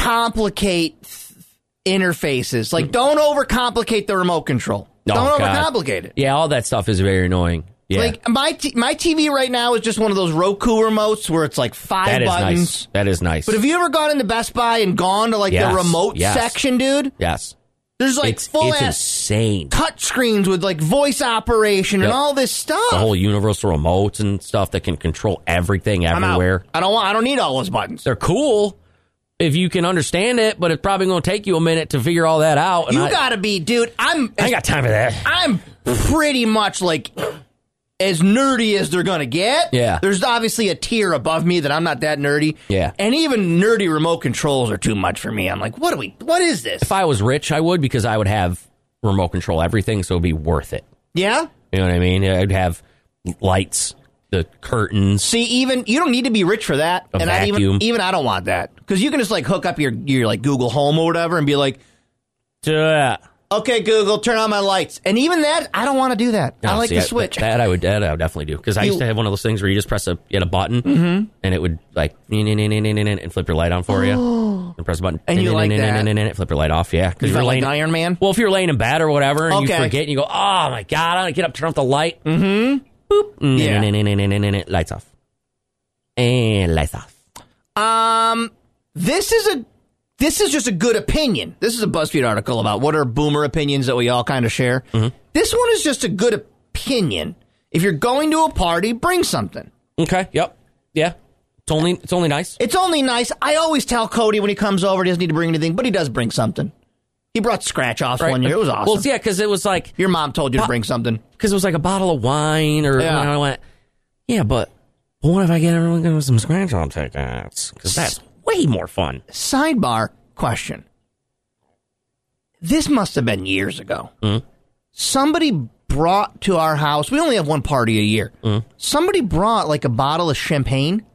overcomplicate th- interfaces. Like, don't overcomplicate the remote control. Mm. Oh, don't God. overcomplicate it. Yeah, all that stuff is very annoying. Yeah. Like my t- my TV right now is just one of those Roku remotes where it's like five that is buttons. nice. That is nice. But have you ever gone into Best Buy and gone to like Yes, the remote yes. section, dude? yes, There's like it's, full it's ass insane. touch screens with like voice operation and Yep. all this stuff. The whole universal remotes and stuff that can control everything I'm out. everywhere. I don't want. I don't need all those buttons. They're cool if you can understand it, but it's probably going to take you a minute to figure all that out. And you I, gotta be, dude. I'm. I ain't got time for that. I'm pretty much like as nerdy as they're gonna get. Yeah. There's obviously a tier above me that I'm not that nerdy. Yeah. And even nerdy remote controls are too much for me. I'm like, what do we? What is this? If I was rich, I would because I would have remote control everything, so it'd be worth it. yeah. You know what I mean? I'd have lights, the curtains. See, even you don't need to be rich for that. A and I vacuum. even even I don't want that because you can just like hook up your your like Google Home or whatever and be like, Yeah. okay, Google, turn on my lights. And even that, I don't want to do that. I No, like Oh, see, the switch. That, that I would, that I would definitely do because I You- Mm-hmm. used to have one of those things where you just press a you had a button and it would like and flip your light on for you and press a button Oh. And you like and flip your light off. Yeah, because You felt like Iron Man? Well, if you're laying in bed or whatever and you Okay. forget and you go, oh my god, I gotta get up, turn off the light. Mm-hmm. Yeah. Boop. Yeah. Lights off. And lights off. Um, this is a this is just a good opinion. This is a BuzzFeed article about what are boomer opinions that we all kind of share. Mm-hmm. This one is just a good opinion. If you're going to a party, bring something. Okay. Yep. Yeah. It's only it's only nice. It's only nice. I always tell Cody when he comes over, he doesn't need to bring anything, but he does bring something. He brought scratch offs Right. one year. It was awesome. Well, yeah, because it was like Your mom told you to Pop- bring something. because it was like a bottle of wine or Yeah. and I went, yeah, but what if I get everyone going some scratch on tickets? Because that's way more fun. Sidebar question. This must have been years ago. Mm. Somebody brought to our house, we only have one party a year. Mm. Somebody brought like a bottle of champagne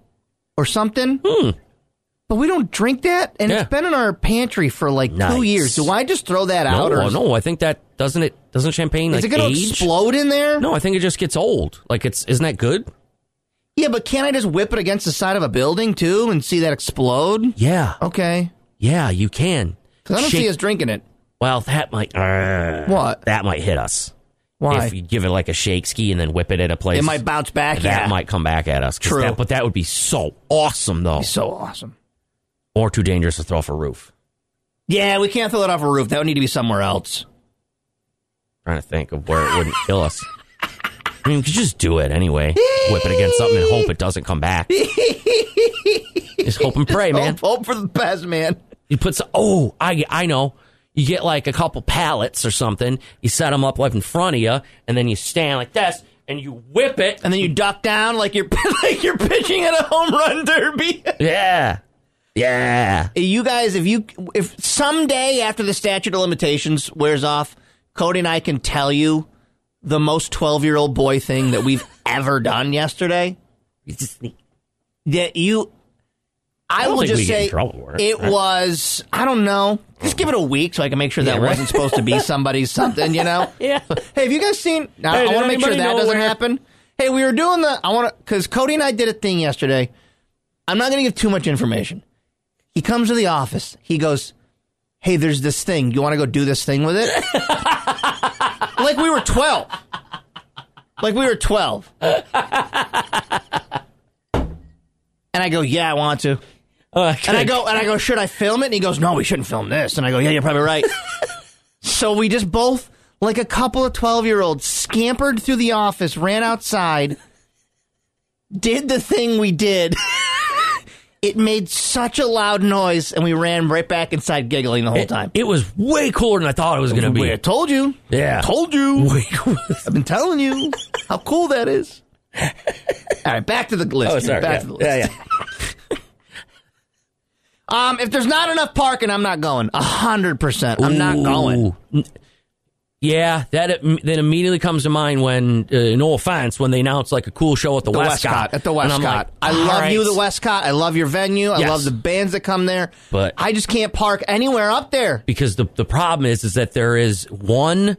or something. But we don't drink that. And Hmm. Yeah. it's been in our pantry for like Nice. two years. Do I just throw that No, out? Or no, I think that doesn't it doesn't champagne Is like it going to age? explode in there? No, I think it just gets old. Like it's isn't that good? Yeah, but can't I just whip it against the side of a building too and see that explode? Yeah, Okay. yeah, you can. 'Cause I don't Shake- see us drinking it. well, that might uh, What? that might hit us Why? if you give it like a shake ski and then whip it at a place. it might bounce back. that yeah. might come back at us. 'Cause True. that- but that would be so awesome though, be so awesome. or too dangerous to throw off a roof. Yeah, we can't throw it off a roof. That would need to be somewhere else. trying to think of where it wouldn't kill us. I mean, we could just do it anyway. Whip it against something and hope it doesn't come back. just hope and pray, man. Hope, hope for the best, man. You put some, oh, I, I know. You get like a couple pallets or something. You set them up like in front of you, and then you stand like this, and you whip it. And then you duck down like you're like you're pitching at a home run derby. Yeah, yeah. you guys, if you if someday after the statute of limitations wears off, Cody and I can tell you the most twelve year old boy thing that we've ever done yesterday. You just need- that you I, don't will think just we get in say trouble for it. it Right. was I don't know. Just give it a week so I can make sure that Yeah, right. wasn't supposed to be somebody's something, you know? Yeah. Hey, have you guys seen now, Hey, I did want to make sure anybody that know doesn't where- happen. Hey, we were doing the I want to cuz Cody and I did a thing yesterday. I'm not going to give too much information. He comes to the office. He goes, "Hey, there's this thing. You want to go do this thing with it?" like we were 12. Like we were 12. And I go, yeah, I want to. Uh, And I go, and I go, should I film it? And he goes, no, we shouldn't film this. And I go, yeah, you're probably right. so we just both, like a couple of 12 year olds, scampered through the office, ran outside, did the thing we did. it made such a loud noise, and we ran right back inside giggling the whole it, time. it was way cooler than I thought it was going to We- be. I told you. Yeah. Told you. Way cooler. I've been telling you how cool that is. All right, back to the list. Oh, sorry. Back Yeah. to the list. yeah, yeah. Um, if there's not enough parking, I'm not going. A hundred percent, I'm not going. Ooh. Yeah, that then immediately comes to mind when, uh, no offense, when they announce like a cool show at the, The Westcott. Westcott at the And Westcott. I'm like, I all love right. you, the Westcott. I love your venue. I Yes. love the bands that come there. But- I just can't park anywhere up there. because the the problem is is that there is one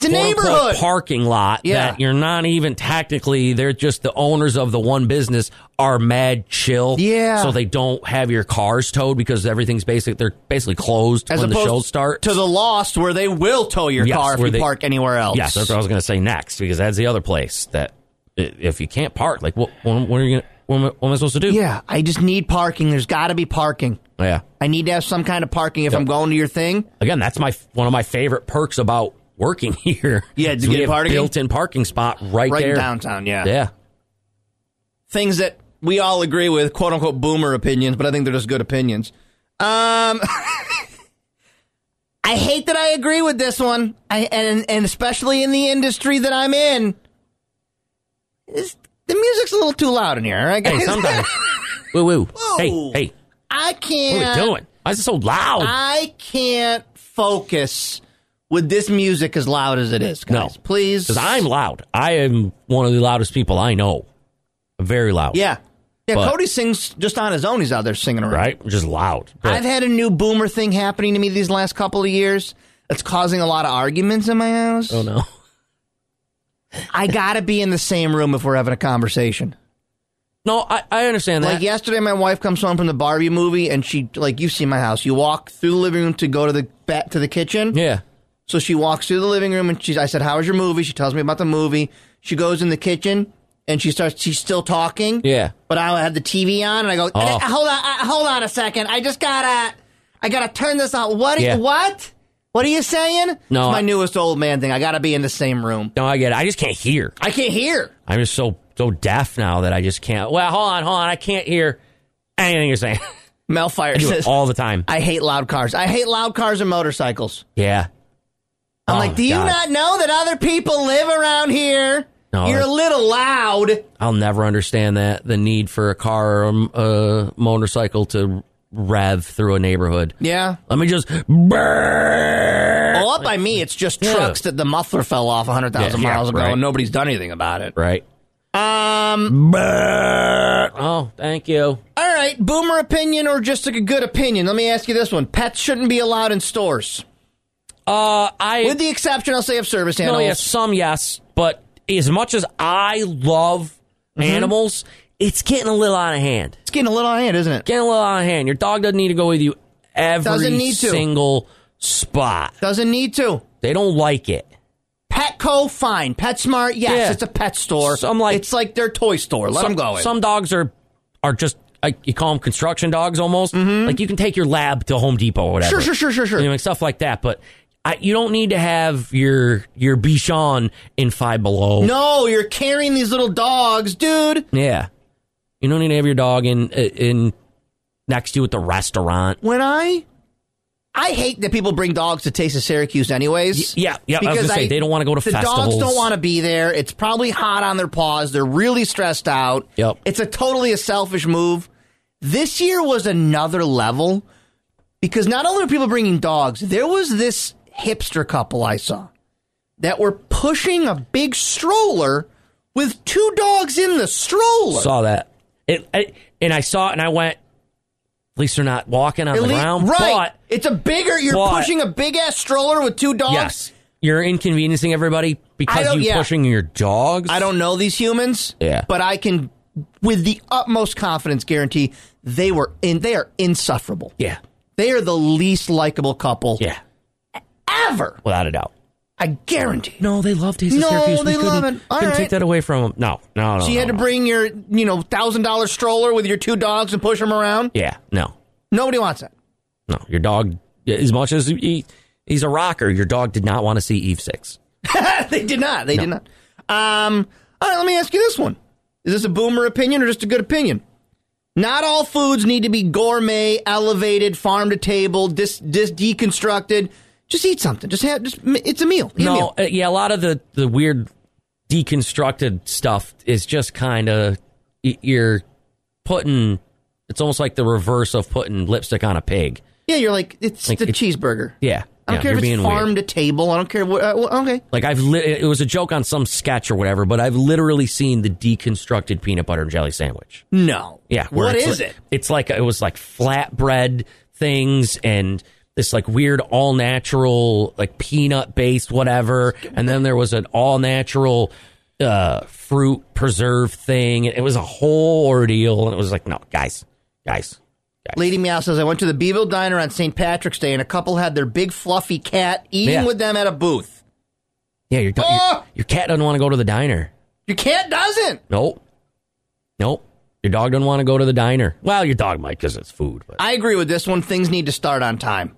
The quote, unquote, neighborhood. parking lot Yeah. that you're not even technically they're just the owners of the one business are mad chill Yeah. so they don't have your cars towed because everything's basic they're basically closed when the opposed shows start to the lost, where they will tow your Yes, car if where you they- park anywhere else. yes that's what I was gonna say next because that's the other place that i- if you can't park like what what, what are you gonna what am, I- what am I supposed to do yeah, I just need parking. There's got to be parking. yeah I need to have some kind of parking if I'm going to your thing. again, that's my one of my favorite perks about working here. Yeah, to Is get we a have parking- built-in parking spot right, Right there. downtown, yeah. Yeah, Things that we all agree with, quote unquote boomer opinions, but I think they're just good opinions. Um I hate that I agree with this one. I and and especially in the industry that I'm in. It's- the music's a little too loud in here, all right guys? hey, sometimes. woo woo. Hey, Whoa. hey, I what can't are we doing? Why is it so loud? I can't focus with this music as loud as it is, guys. No. Please. Because I'm loud. I am one of the loudest people I know. Very loud. Yeah. Yeah, But- Cody sings just on his own. He's out there singing around. right. Just loud. But I've had a new boomer thing happening to me these last couple of years that's causing a lot of arguments in my house. oh no. I gotta be in the same room if we're having a conversation. No, I, I understand that. Like yesterday, my wife comes home from the Barbie movie, and she like you see my house. You walk through the living room to go to the back to the kitchen. yeah. So she walks through the living room and she's, I said, How was your movie? She tells me about the movie. She goes in the kitchen and she starts, she's still talking. Yeah. But I had the TV on and I go, "Eh, Oh. Hold on, I, hold on a second. I just gotta, I gotta turn this on. What? Yeah. What? What are you saying? No, It's my I- newest old man thing. I gotta be in the same room. No, I get it. I just can't hear. I can't hear. I'm just so so deaf now that I just can't. Well, hold on, hold on. I can't hear anything you're saying. Melfire I do it says, all the time. I hate loud cars. I hate loud cars and motorcycles. Yeah. I'm Oh, like, Do you God. not know that other people live around here? No, You're a that's- little loud. I'll never understand that the need for a car or a uh, motorcycle to rev through a neighborhood. Yeah. Let me just right. Well, up by me, it's just Yeah. trucks that the muffler fell off 100,000 Yeah, yeah, miles ago right. and nobody's done anything about it. Um. Oh, thank you. All right, boomer opinion or just a good opinion? Let me ask you this one. Pets shouldn't be allowed in stores. Uh, I With the exception, I'll say, of service no, animals. yes, some yes, but as much as I love Mm-hmm. animals, it's getting a little out of hand. It's getting a little on hand, isn't it? Getting a little out of hand. Your dog doesn't need to go with you every Doesn't need to. single spot. Doesn't need to. They don't like it. Petco, fine. PetSmart, yes, Yeah. it's a pet store. So I'm like- it's like their toy store. Let some, them go in. Some dogs are are just I, you call them construction dogs almost. Like you can take your lab to Home Depot or whatever. Mm-hmm. Sure, sure, sure, sure, sure. You know, and stuff like that. But I, you don't need to have your your Bichon in five below. no, you're carrying these little dogs, dude. Yeah, you don't need to have your dog in in next to you at the restaurant. When I. I hate that people bring dogs to Taste of Syracuse, anyways. Yeah, yeah. I was gonna say they don't want to go to the festivals. dogs don't want to be there. It's probably hot on their paws. They're really stressed out. Yep. It's a totally a selfish move. This year was another level because not only are people bringing dogs, there was this hipster couple I saw that were pushing a big stroller with two dogs in the stroller. Saw that. It, I, and I saw it, and I went. At least they're not walking on At the least- ground. right. But it's a bigger, you're but- pushing a big ass stroller with two dogs. Yes. You're inconveniencing everybody I because don't- you yeah. pushing your dogs. I don't know these humans. Yeah. But I can, with the utmost confidence, guarantee they were in. They are insufferable. Yeah. They are the least likable couple Yeah. ever. Without a doubt. I guarantee. No, they love Taste of No, Syracuse. they we couldn't, love it. All couldn't right. take that away from them. No, no, no. So you no, had to no. bring your, you know, thousand dollar stroller with your two dogs and push them around. Yeah, no, Nobody wants that. no. Your dog, as much as he, he's a rocker, your dog did not want to see Eve Six. they did not. They did not. Um, all right, let me ask you this one. Is this a boomer opinion or just a good opinion? Not all foods need to be gourmet, elevated, farm to table, dis, dis deconstructed. Just eat something. Just have just m- it's a meal. Eat a No, meal. uh, yeah, a lot of the the weird deconstructed stuff is just kind of you're putting. It's almost like the reverse of putting lipstick on a pig. Yeah, you're like it's Like, the it- cheeseburger. Yeah, I don't yeah, care you're if being it's weird. farm to table. I don't care what. Uh, well, okay. Like I've li- it was a joke on some sketch or whatever, but I've literally seen the deconstructed peanut butter and jelly sandwich. No. Yeah, where What it's is like- it? It's like it was like flatbread things and this like weird all natural like peanut based whatever, and then there was an all natural uh, fruit preserve thing. It was a whole ordeal, and it was like, no, guys, guys, Lady Meow says, I went to the Beeville Diner on St. Patrick's Day and a couple had their big fluffy cat eating Yeah. with them at a booth. yeah, your, Ah! your, your cat doesn't want to go to the diner. Your cat doesn't. Nope, nope. Your dog doesn't want to go to the diner. Well, your dog might because it's food, but I agree with this one. Things need to start on time.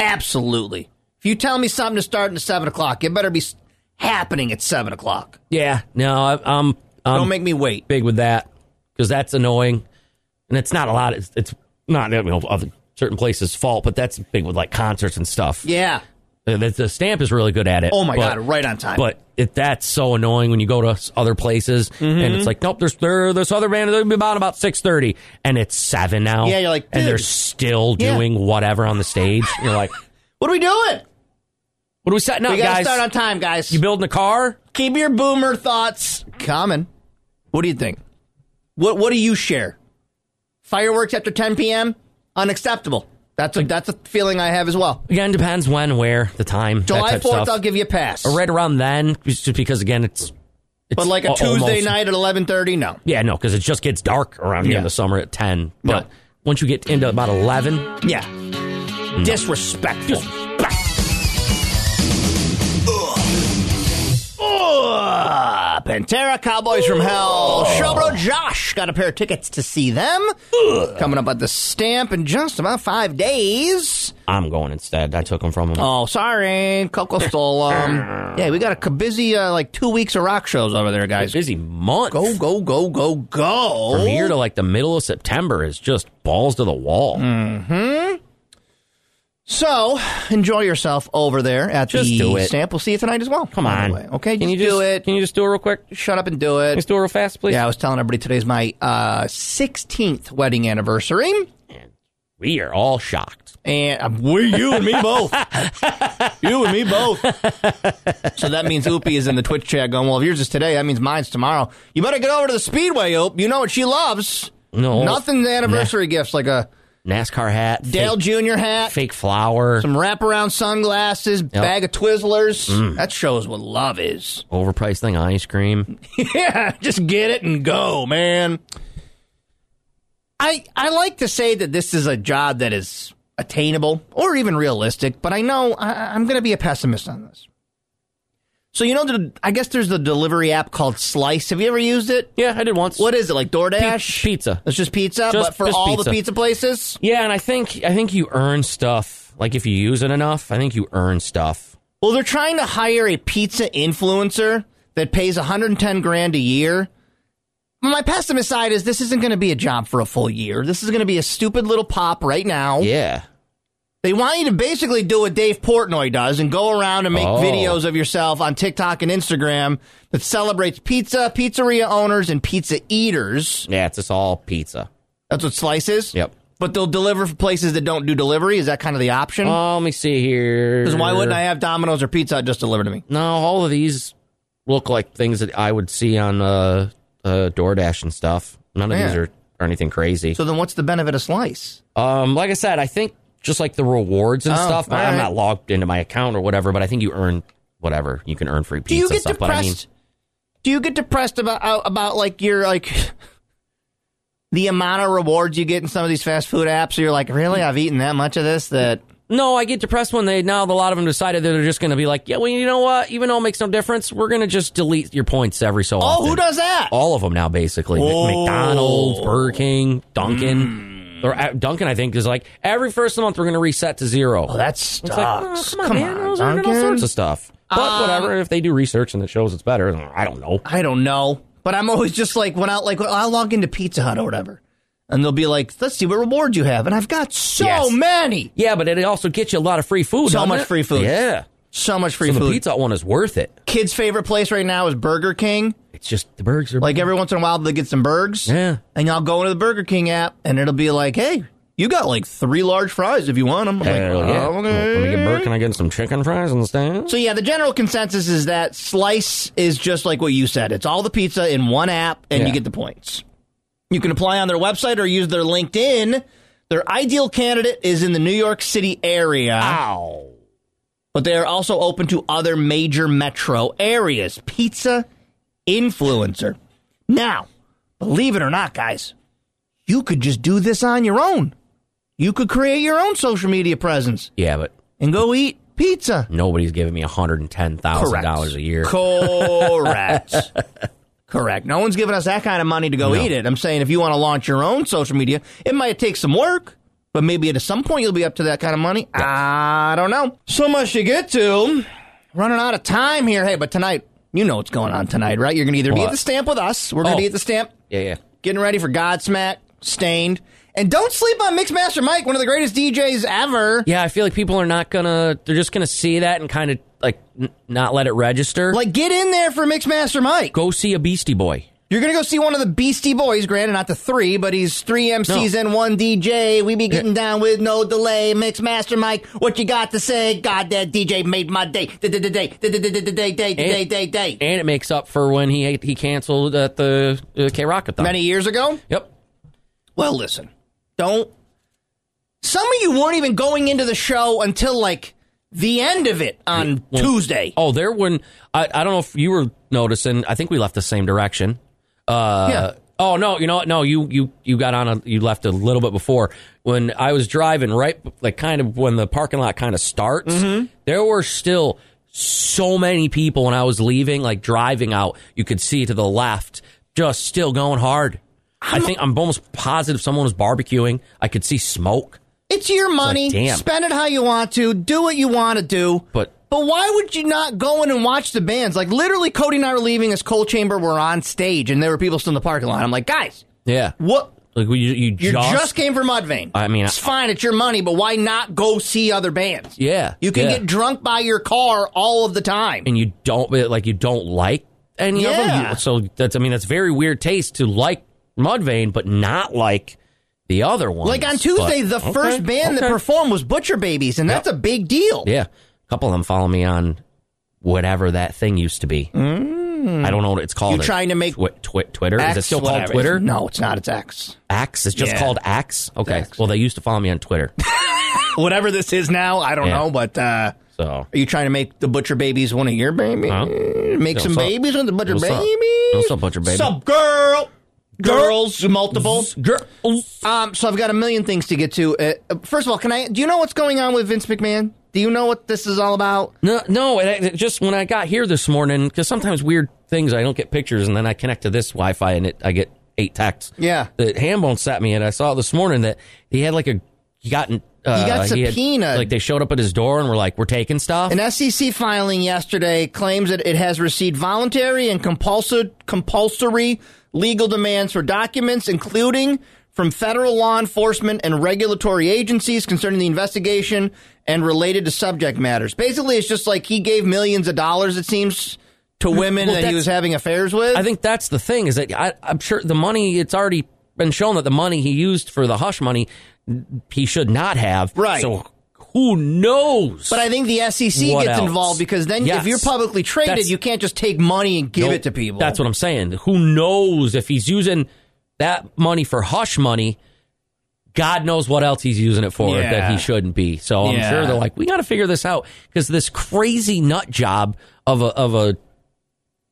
Absolutely. If you tell me something to start at 7 o'clock, it better be s- happening at 7 o'clock. yeah, no, I, um, I'm I'm Don't make me wait. big with that because that's annoying, and it's not a lot. It's, it's not you know, of certain places' fault, but that's big with like concerts and stuff. Yeah. Uh, The, the stamp is really good at it. Oh my but- God, right on time. But it, that's so annoying when you go to s- other places Mm-hmm. and it's like, nope, there's there, there's other band. They'll be about about six thirty, and it's seven now. Yeah, you're like, and they're dude. still Yeah. doing whatever on the stage. You're like, What are we doing? what are we setting up, We got to guys? start on time, guys. you building a car? Keep your boomer thoughts coming. What do you think? What What do you share? Fireworks after 10 p.m. Unacceptable. That's a that's a feeling I have as well. Again, depends when, where, the time. July that type of Fourth, stuff. I'll give you a pass. right around then, just because again, it's, it's but like a al- Tuesday almost- night at 11:30, no. Yeah, no, because it just gets dark around here Yeah. in the summer at ten. No. But once you get into about eleven, Yeah, disrespectful. just Ugh. Pantera, Cowboys from Hell. Showbro Josh got a pair of tickets to see them. Coming up at the stamp in just about five days. I'm going instead. I took them from him. Oh, sorry, Coco stole 'em. yeah, we got a ca- busy uh, like two weeks of rock shows over there, guys. busy month. Go, go, go, go, go! From here to like the middle of September is just balls to the wall. Mm. so enjoy yourself over there at Just the do it. stamp. We'll see you tonight as well. Come by on, the way. okay? Can just you just do it? Can you just do it real quick? Can Shut up and do you it. just do it real fast, please? Yeah, I was telling everybody today's my uh, 16th wedding anniversary, We are all shocked. and uh, we, you and me both. you and me both. so that means Oopie is in the Twitch chat going, "Well, if yours is today, that means mine's tomorrow. You better get over to the Speedway, Oop. You know what she loves." No, Nothing's anniversary gifts like a NASCAR hat, Dale fake, Jr. hat, fake flower, some wraparound sunglasses, bag of Twizzlers. Mm. That shows what love is. overpriced thing, ice cream. yeah, just get it and go, man. I I like to say that this is a job that is attainable or even realistic, but I know I, I'm going to be a pessimist on this. So you know, the, I guess there's the delivery app called Slice. Have you ever used it? Yeah, I did once. What is it like DoorDash? pizza. It's just pizza, Just- but for just all the pizza. pizza places. Yeah, and I think I think you earn stuff. Like if you use it enough, I think you earn stuff. Well, they're trying to hire a pizza influencer that pays 110 grand a year. My pessimist side is this isn't going to be a job for a full year. This is going to be a stupid little pop right now. Yeah. They want you to basically do what Dave Portnoy does and go around and make Oh. videos of yourself on TikTok and Instagram that celebrates pizza, pizzeria owners, and pizza eaters. Yeah, it's just all pizza. That's what Slice is. Yep. But they'll deliver for places that don't do delivery. Is that kind of the option? Oh, let me see here. Because why wouldn't I have Domino's or Pizza Hut just deliver to me? No, all of these look like things that I would see on uh, uh, DoorDash and stuff. None of these Yeah. are, are anything crazy. So then what's the benefit of Slice? Um, like I said, I think just like the rewards and Oh, stuff. all I'm right. not logged into my account or whatever, but I think you earn whatever you can earn free pizza. do you and get stuff, but I depressed? mean- do you get depressed about out- about like your like the amount of rewards you get in some of these fast food apps? You're like, really? I've eaten that much of this that No, I get depressed when they now a lot of them decided that they're just going to be like, yeah, well, you know what? Even though it makes no difference, we're going to just delete your points every so oh, often. who does that? All of them now, basically. Mc- Whoa. Hmm. McDonald's, Burger King, Dunkin'. Or uh, Dunkin', I think, is like every first of the month we're going to reset to zero. Oh, that It's like, oh, sucks. come on, man. Those are all Dunkin'. sorts of stuff. But Um, whatever, if they do research and it shows it's better, I don't know. I don't know, but I'm always just like when I like when I log into Pizza Hut or whatever, and they'll be like, let's see what reward you have, and I've got so Yes. many, Yeah, but it also gets you a lot of free food. So doesn't much it? free food. Yeah. so much free so food. the pizza one is worth it. Kids' favorite place right now is Burger King. It's just the burgers are Like every once in a while, they get some burgers. Yeah. And y'all go into the Burger King app, and it'll be like, hey, you got like three large fries if you want them. Hell yeah. Let me get Bert. Can I get some chicken fries instead? "Oh, So yeah, the general consensus is that Slice is just like what you said. It's all the pizza in one app, and Yeah. you get the points. You can apply on their website or use their LinkedIn. Their ideal candidate is in the New York City area. Ah. Ow. but they are also open to other major metro areas. Pizza influencer. Now, believe it or not, guys, you could just do this on your own. You could create your own social media presence Yeah, but and go eat pizza. nobody's giving me $110,000 a year. Correct. Correct. No one's giving us that kind of money to go No. eat it. I'm saying if you want to launch your own social media, it might take some work, but maybe at some point you'll be up to that kind of money. I don't know. So much to get to. Running out of time here. Hey, but tonight, you know what's going on tonight, right? You're going to either be at What? the stamp with us, we're going to Oh. be at the stamp Yeah, yeah. getting ready for Godsmack, Stained, and don't sleep on Mixmaster Mike, one of the greatest DJs ever. Yeah, I feel like people are not gonna. They're just gonna see that and kind of like n- not let it register. Like, get in there for Mixmaster Mike. go see a Beastie Boy. You're gonna go see one of the Beastie Boys, granted not the three, but he's three MCs No. and one DJ. We be getting down with no delay. Mix Master Mike, what you got to say? God, that DJ made my day. Day, day, day, day, day, day, day, day, day, day, day, day. and it makes up for when he he canceled at the uh, K Rockathon. Many years ago. Yep. Well, listen, don't. Some of you weren't even going into the show until like the end of it on Well, Tuesday. Oh, there when I I don't know if you were noticing. I think we left the same direction. Uh, Yeah. Oh no, you know what? No, you you you got on. A, you left a little bit before when I was driving. Right, like kind of when the parking lot kind of starts. Mm-hmm. There were still so many people when I was leaving, like driving out. You could see to the left, just still going hard. i think I'm almost positive someone was barbecuing. I could see smoke, It's your money. damn. Spend it how you want to. Do what you want to do. but But why would you not go in and watch the bands? Like literally, Cody and I were leaving as Cold Chamber were on stage, and there were people still in the parking lot. I'm like, guys, yeah, what? like you you You just, just, came from Mudvayne. I mean, it's I- fine, it's your money, but why not go see other bands? yeah, you can yeah. get drunk by your car all of the time. and you don't like you don't like any of them. Yeah. You- so that's I mean that's very weird taste to like Mudvayne but not like the other ones. Like on Tuesday, But- the okay, first band that okay. performed was Butcher Babies, and that's a big deal. yeah, a couple of them follow me on whatever that thing used to be. I don't know what it's called. Mm. You trying to make Twi- twi- Twitter? Is it X, still called whatever. Twitter? No, it's not. It's X. Axe. It's just Yeah. called Axe. Okay. Axe. Well, they used to follow me on Twitter. Whatever this is now, I don't Yeah. know, but uh, So Are you trying to make the butcher babies one of your babies? Huh? Make some What's up? babies with the butcher What's up? babies. What's up, butcher baby? Sup, girl? Girls, multiple. girls. Um, so I've got a million things to get to. Uh, first of all, can I? Do you know what's going on with Vince McMahon? Do you know what this is all about? No, no. And I, it just when I got here this morning, because sometimes weird things, I don't get pictures, and then I connect to this Wi-Fi, and it, I get eight texts. Yeah. that Hambone sent me, and I saw this morning that he had like a he gotten uh, He got had- subpoenaed. like they showed up at his door and were like, "We're taking stuff." An SEC filing yesterday claims that it has received voluntary and compulsive, compulsory legal demands for documents, including from federal law enforcement and regulatory agencies concerning the investigation and related to subject matters. Basically, it's just like he gave millions of dollars, it seems, to women Well, that he that's- was having affairs with. I think that's the thing is that I, I'm sure the money it's already been shown that the money he used for the hush money he should not have. Right. So who knows? but I think the SEC What gets else? involved because then if Yes. you're publicly traded, That's- you can't just take money and give Nope. it to people. That's what I'm saying. Who knows if he's using that money for hush money? God knows what else he's using it for Yeah. that he shouldn't be. So I'm Yeah. sure they're like, we got to figure this out because this crazy nut job of a of a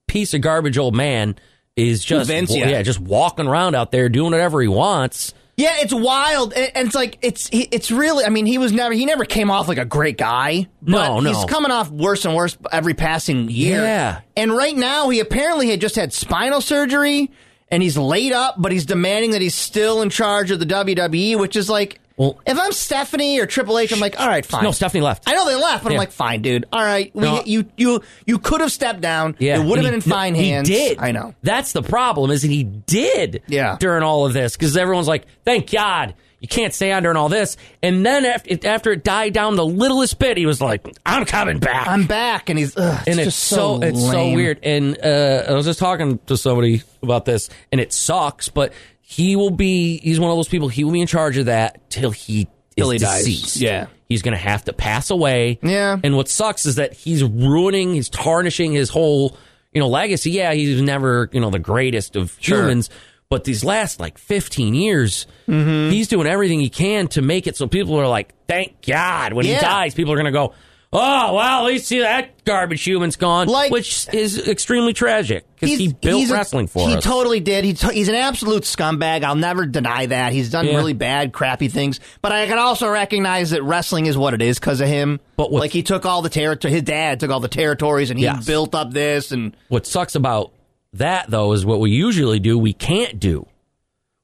piece of garbage old man is just Vince, yeah. just walking around out there doing whatever he wants. Yeah, it's wild, and and it's like it's he- it's really. I mean, he was never he never came off like a great guy. No, but no. he's coming off worse and worse every passing year. Yeah. and right now he apparently had just had spinal surgery, and he's laid up, but he's demanding that he's still in charge of the WWE, which is like, Well- if I'm Stephanie or Triple H, I'm like, all right, fine. No, Stephanie left. I know they left, but I'm Yeah. like, fine, dude. All right, we, No. you you you could have stepped down. it would have and been in he- fine no, hands. He did. I know. That's the problem is that he did Yeah. during all of this because everyone's like, thank God you can't stay on during all this. And then after it, after it died down the littlest bit, he was like, I'm coming back. I'm back, and he's ugh, and it's, just so, it's so lame. weird. And uh, I was just talking to somebody about this, and it sucks, but he will be, he's one of those people, he will be in charge of that till he Till he is dies. deceased. Yeah. He's going to have to pass away. Yeah. And what sucks is that he's ruining, he's tarnishing his whole, you know, legacy. Yeah, he's never, you know, the greatest of Sure. humans, But these last like 15 years, Mm-hmm. he's doing everything he can to make it so people are like, thank God. When Yeah. he dies, people are going to go, oh, well, at least see that garbage human's gone, Like- which is extremely tragic because he He's- built he's a- wrestling for He us. totally did. He to- he's an absolute scumbag. I'll never deny that. He's done Yeah. really bad, crappy things. But I can also recognize that wrestling is what it is because of him. But what- like he took all the territory. His dad took all the territories, and he Yes. built up this. And What sucks about that though is what we usually do. We can't do.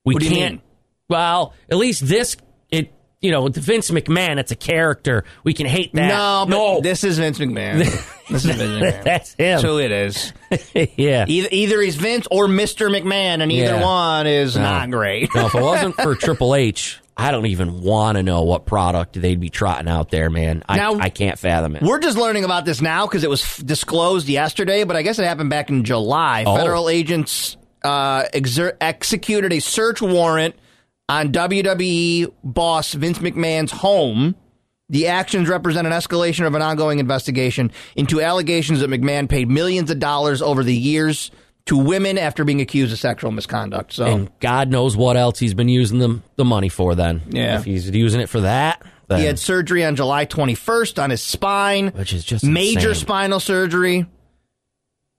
We What do you can't. mean? Well, at least this it. You know, with Vince McMahon, it's a character. We can hate that. no, but no, this is Vince McMahon. this is Vince McMahon. that's him. That's who it is. yeah. Either, either he's Vince or Mr. McMahon, and either Yeah. one is not great. now, if it wasn't for Triple H, I don't even want to know what product they'd be trotting out there, man. I, Now- I can't fathom it. We're just learning about this now because it was f- disclosed yesterday, but I guess it happened back in July. Oh. Federal agents uh, exer- executed a search warrant on WWE boss Vince McMahon's home. The actions represent an escalation of an ongoing investigation into allegations that McMahon paid millions of dollars over the years to women after being accused of sexual misconduct. So and God knows what else he's been using the, the money for then. Yeah. If he's using it for that, then he had surgery on July 21st on his spine. which is just major insane. spinal surgery.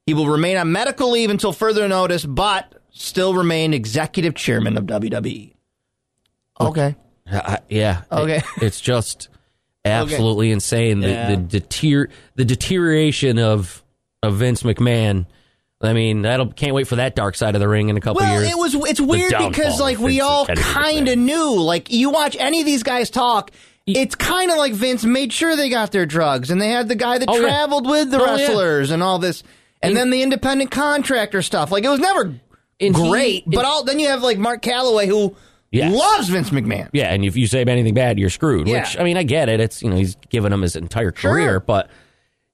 He will remain on medical leave until further notice, but still remain executive chairman of WWE. Okay. I, yeah. Okay. It- it's just absolutely insane the Yeah. the, deter- the deterioration of of Vince McMahon. I mean, that'll can't wait for that dark side of the ring in a couple Well, years. it was it's weird downfall because of like we Vince's all editing kind of thing. knew. Like you watch any of these guys talk, it's kind of like Vince made sure they got their drugs and they had the guy that Oh, yeah. traveled with the Oh, yeah. wrestlers and all this. And then the independent contractor stuff. Like it was never And he- great, but and- all then you have like Mark Calloway who Yes. loves Vince McMahon. yeah, and if you say anything bad, you're screwed. Yeah. Which I mean, I get it. It's you know he's given him his entire Sure. career, but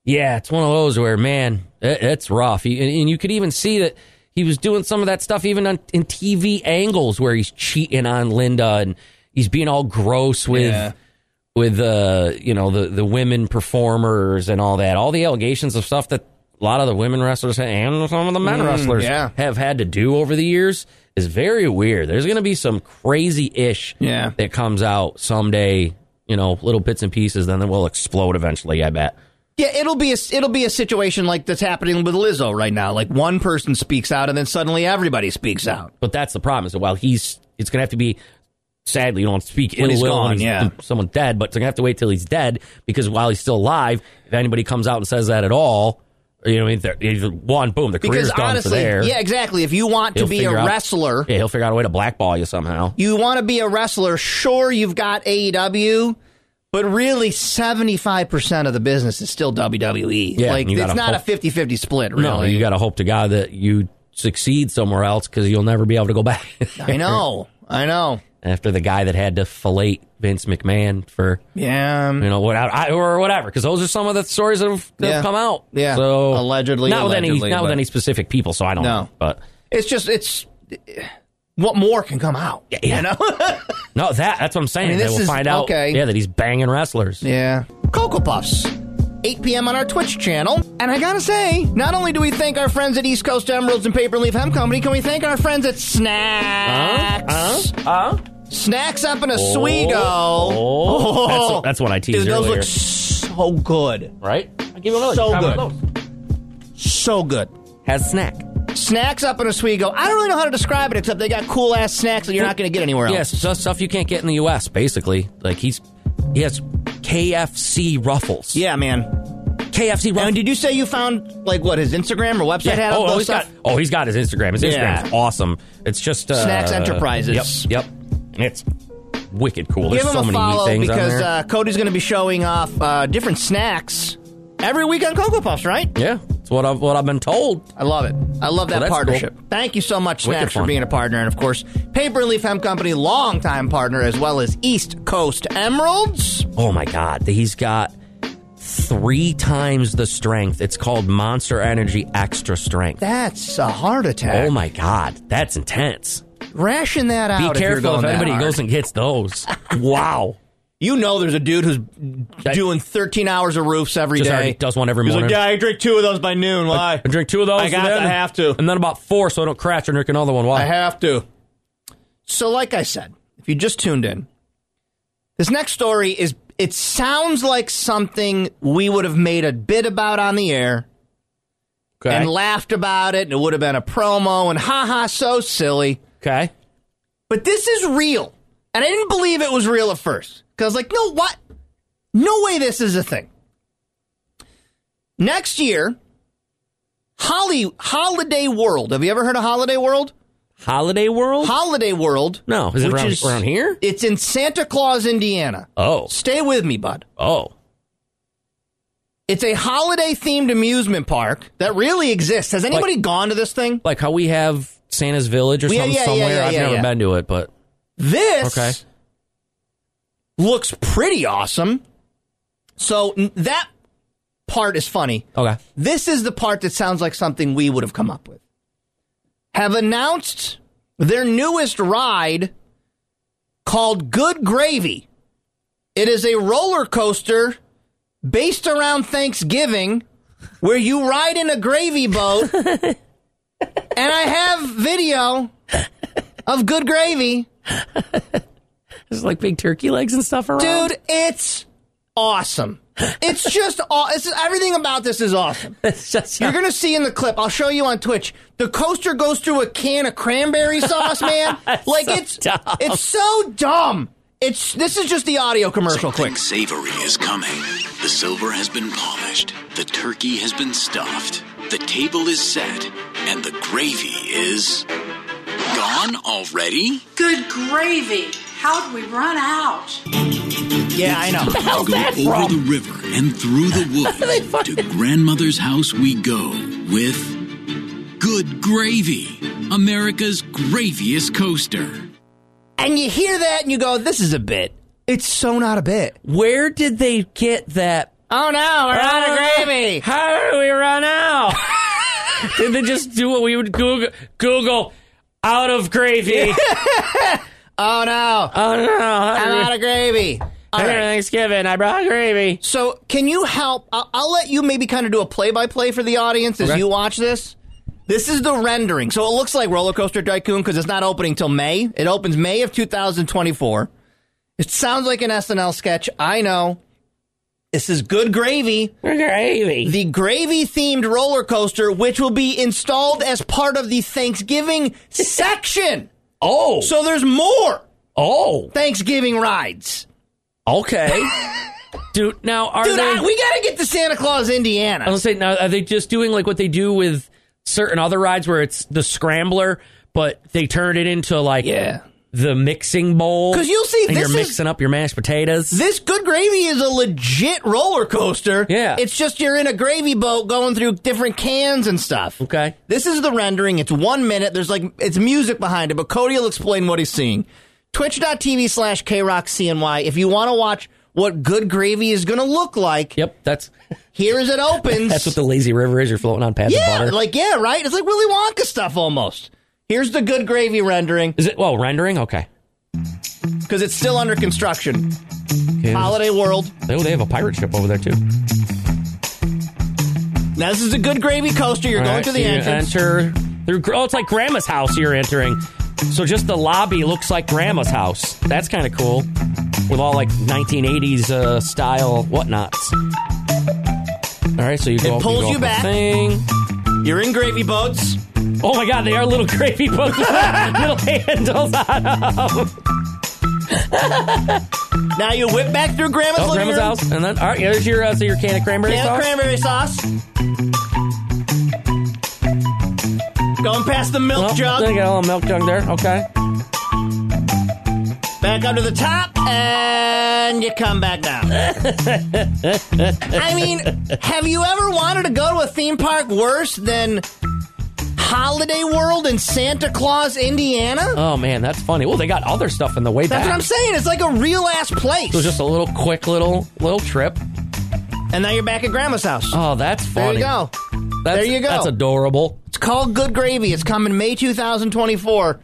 yeah, it's one of those where man, it, it's rough. He, and, and you could even see that he was doing some of that stuff even on in TV angles where he's cheating on Linda and he's being all gross with. Yeah. with uh you know the the women performers and all that all the allegations of stuff that a lot of the women wrestlers and some of the men wrestlers Mm, yeah. have had to do over the years is very weird there's going to be some crazy ish Yeah. that comes out someday you know little bits and pieces then they will explode eventually i bet Yeah, it'll be a, it'll be a situation like that's happening with Lizzo right now. Like one person speaks out, and then suddenly everybody speaks out. but that's the problem is that while he's it's going to have to be sadly you don't speak ill he's will gone, when he's- yeah. someone dead but it's going to have to wait till he's dead because while he's still alive if anybody comes out and says that at all you know, what I mean, they're- either one, boom, the career's Because gone for honestly, there. yeah, exactly. If you want to He'll be a figure out- wrestler, Yeah, he'll figure out a way to blackball you somehow. you want to be a wrestler. Sure, you've got AEW, but really, seventy five percent of the business is still WWE. Yeah, like and you it's gotta not a hope- 50-50 split. Really, No, you got to hope to God that you succeed somewhere else because you'll never be able to go back. I know, I know. After the guy that had to fillet Vince McMahon for Yeah, you know what I, or whatever, because those are some of the stories that have, that Yeah. have come out. Yeah. so Allegedly, not with any, allegedly, not with but- any specific people. So I don't No. know, but it's just it's what more can come out. Yeah, you know. no, that that's what I'm saying. I mean, they this will is- find out. okay. Yeah, that he's banging wrestlers. Yeah. Cocoa Puffs. 8 p.m. on our Twitch channel. And I gotta say, not only do we thank our friends at East Coast Emeralds and Paper Leaf Hemp Company, can we thank our friends at Snacks? Huh? Uh-huh. Snacks up in Oswego. Oh. That's- that's what I teased Dude, those earlier. look so good. Right? I give him another. So Try one good. of those. So good. Has snack. Snacks up in Oswego. I don't really know how to describe it, except they got cool ass snacks that you're not gonna get anywhere else. Yes, stuff, stuff you can't get in the U.S. Basically, like he's he has KFC ruffles. Yeah, man. KFC And ruffles. did you say you found like what his Instagram or website had? up oh, those oh, he's stuff? got oh he's got his Instagram. His Yeah. Instagram's awesome. It's just uh, Snacks Enterprises. Yep, yep. It's wicked cool. There's Give him so a many neat follow things on because there. uh, Cody's going to be showing off uh, different snacks every week on Cocoa Puffs, right? yeah, it's what I've what I've been told. I love it. I love Well, that that's partnership. Thank you so much, Wicked Snacks, for fun. being a partner. And of course, Paper and Leaf Hemp Company, longtime partner, as well as East Coast Emeralds. Oh my god, he's got three times the strength. It's called Monster Energy Extra Strength. That's a heart attack. oh my god, that's intense. Ration that out. Be if you're careful going if that anybody hard. goes and gets those. wow. You know, there's a dude who's doing 13 hours of roofs every day. Just already does one every He's morning. like, yeah, I drink two of those by noon. Why? I drink two of those. I got. and then- I have to. And then about four, so I don't crash and drink another one. Why? I have to. So, like I said, if you just tuned in, this next story is. It sounds like something we would have made a bit about on the air okay. and laughed about it, and it would have been a promo, and haha, so silly. okay. But this is real. And I didn't believe it was real at first. Because I was like, no, what? No way this is a thing. Next year, Holly, Holiday World. Have you ever heard of Holiday World? Holiday World. Holiday World. No, is it which around- around here? It's in Santa Claus, Indiana. oh. Stay with me, bud. Oh. It's a holiday themed amusement park that really exists. Has anybody gone to this thing? Like how we have Santa's Village or Yeah, something yeah, yeah, somewhere. yeah, I've yeah, never yeah. been to it, but This Okay. looks pretty awesome. So n- that part is funny. okay. This is the part that sounds like something we would have come up with. Have announced their newest ride called Good Gravy. It is a roller coaster based around Thanksgiving where you ride in a gravy boat. and I have video of Good Gravy. It's like big turkey legs and stuff around. Dude, it's awesome. It's just aw- it's, everything about this is awesome. it's just You're gonna see in the clip. I'll show you on Twitch. The coaster goes through a can of cranberry sauce, man. like it's dumb. it's so dumb. It's this is just the audio commercial. Something Quick, savory is coming. The silver has been polished, the turkey has been stuffed, the table is set, and the gravy is. gone already? Good gravy. How'd we run out? yeah, I know. Go over the river and through the woods to grandmother's house we go with good gravy, America's graviest coaster. And you hear that and you go, "This is a bit." It's so not a bit. Where did they get that? Oh no, we're out of gravy. How do we run out? did they just do what we would Google? Google out of gravy. Oh no, oh no! I'm out of gravy. All right. Thanksgiving, I brought gravy. So, can you help? I'll, I'll let you maybe kind of do a play by play for the audience as Okay. you watch this. This is the rendering. So, it looks like Roller Coaster Tycoon because it's not opening till May. It opens May of 2024. It sounds like an SNL sketch. I know. This is Good Gravy, Gravy. the gravy themed roller coaster, which will be installed as part of the Thanksgiving section. Oh, So, there's more oh, Thanksgiving rides. okay, dude. Now are Dude, they? I, we got to get to Santa Claus, Indiana. I was saying, now are they just doing like what they do with certain other rides, where it's the scrambler, but they turn it into like Yeah. the mixing bowl? 'Cause you'll see, and you're this is- mixing up your mashed potatoes. This good gravy is a legit roller coaster. Yeah. It's just you're in a gravy boat going through different cans and stuff. okay, This is the rendering. It's one minute. There's like, it's music behind it, but Cody will explain what he's seeing. Twitch.tv slash KRockCNY. If you want to watch what good gravy is going to look like, yep, that's here as it opens. that's what the lazy river is. You're floating on pads Yeah, of butter. like, yeah, right? It's like Willy Wonka stuff almost. Here's the good gravy rendering is it? Well, rendering. Okay. because it's still under construction. Okay. Holiday World. Oh, they have a pirate ship over there too. Now, this is a good gravy coaster. You're going All right, to the so you entrance. Enter through. gr- Oh, it's like Grandma's house. You're entering. So just the lobby looks like Grandma's house. That's kind of cool, with all like 1980s uh, style whatnots. All right, so you go. up- pulls go you up the back. Thing. You're in gravy boats. Oh my God, they are little gravy boats. with little handles on 'em. Oh, Now you whip back through grandma's Oh, living Grandma's room. house, and then all right, there's your uh, so your can of cranberry Can of sauce. cranberry sauce. Going past the milk Oh, They jug, got a little milk jug there. Okay. back up to the top, and you come back down. I mean, have you ever wanted to go to a theme park worse than Holiday World in Santa Claus, Indiana? Oh man, that's funny. Well, they got other stuff in the way That's back. what I'm saying. It's like a real ass place. it was just a little quick little little trip. and now you're back at grandma's house. Oh, that's there funny. you go. That's, There you go. That's adorable. It's called Good Gravy. It's coming May 2024.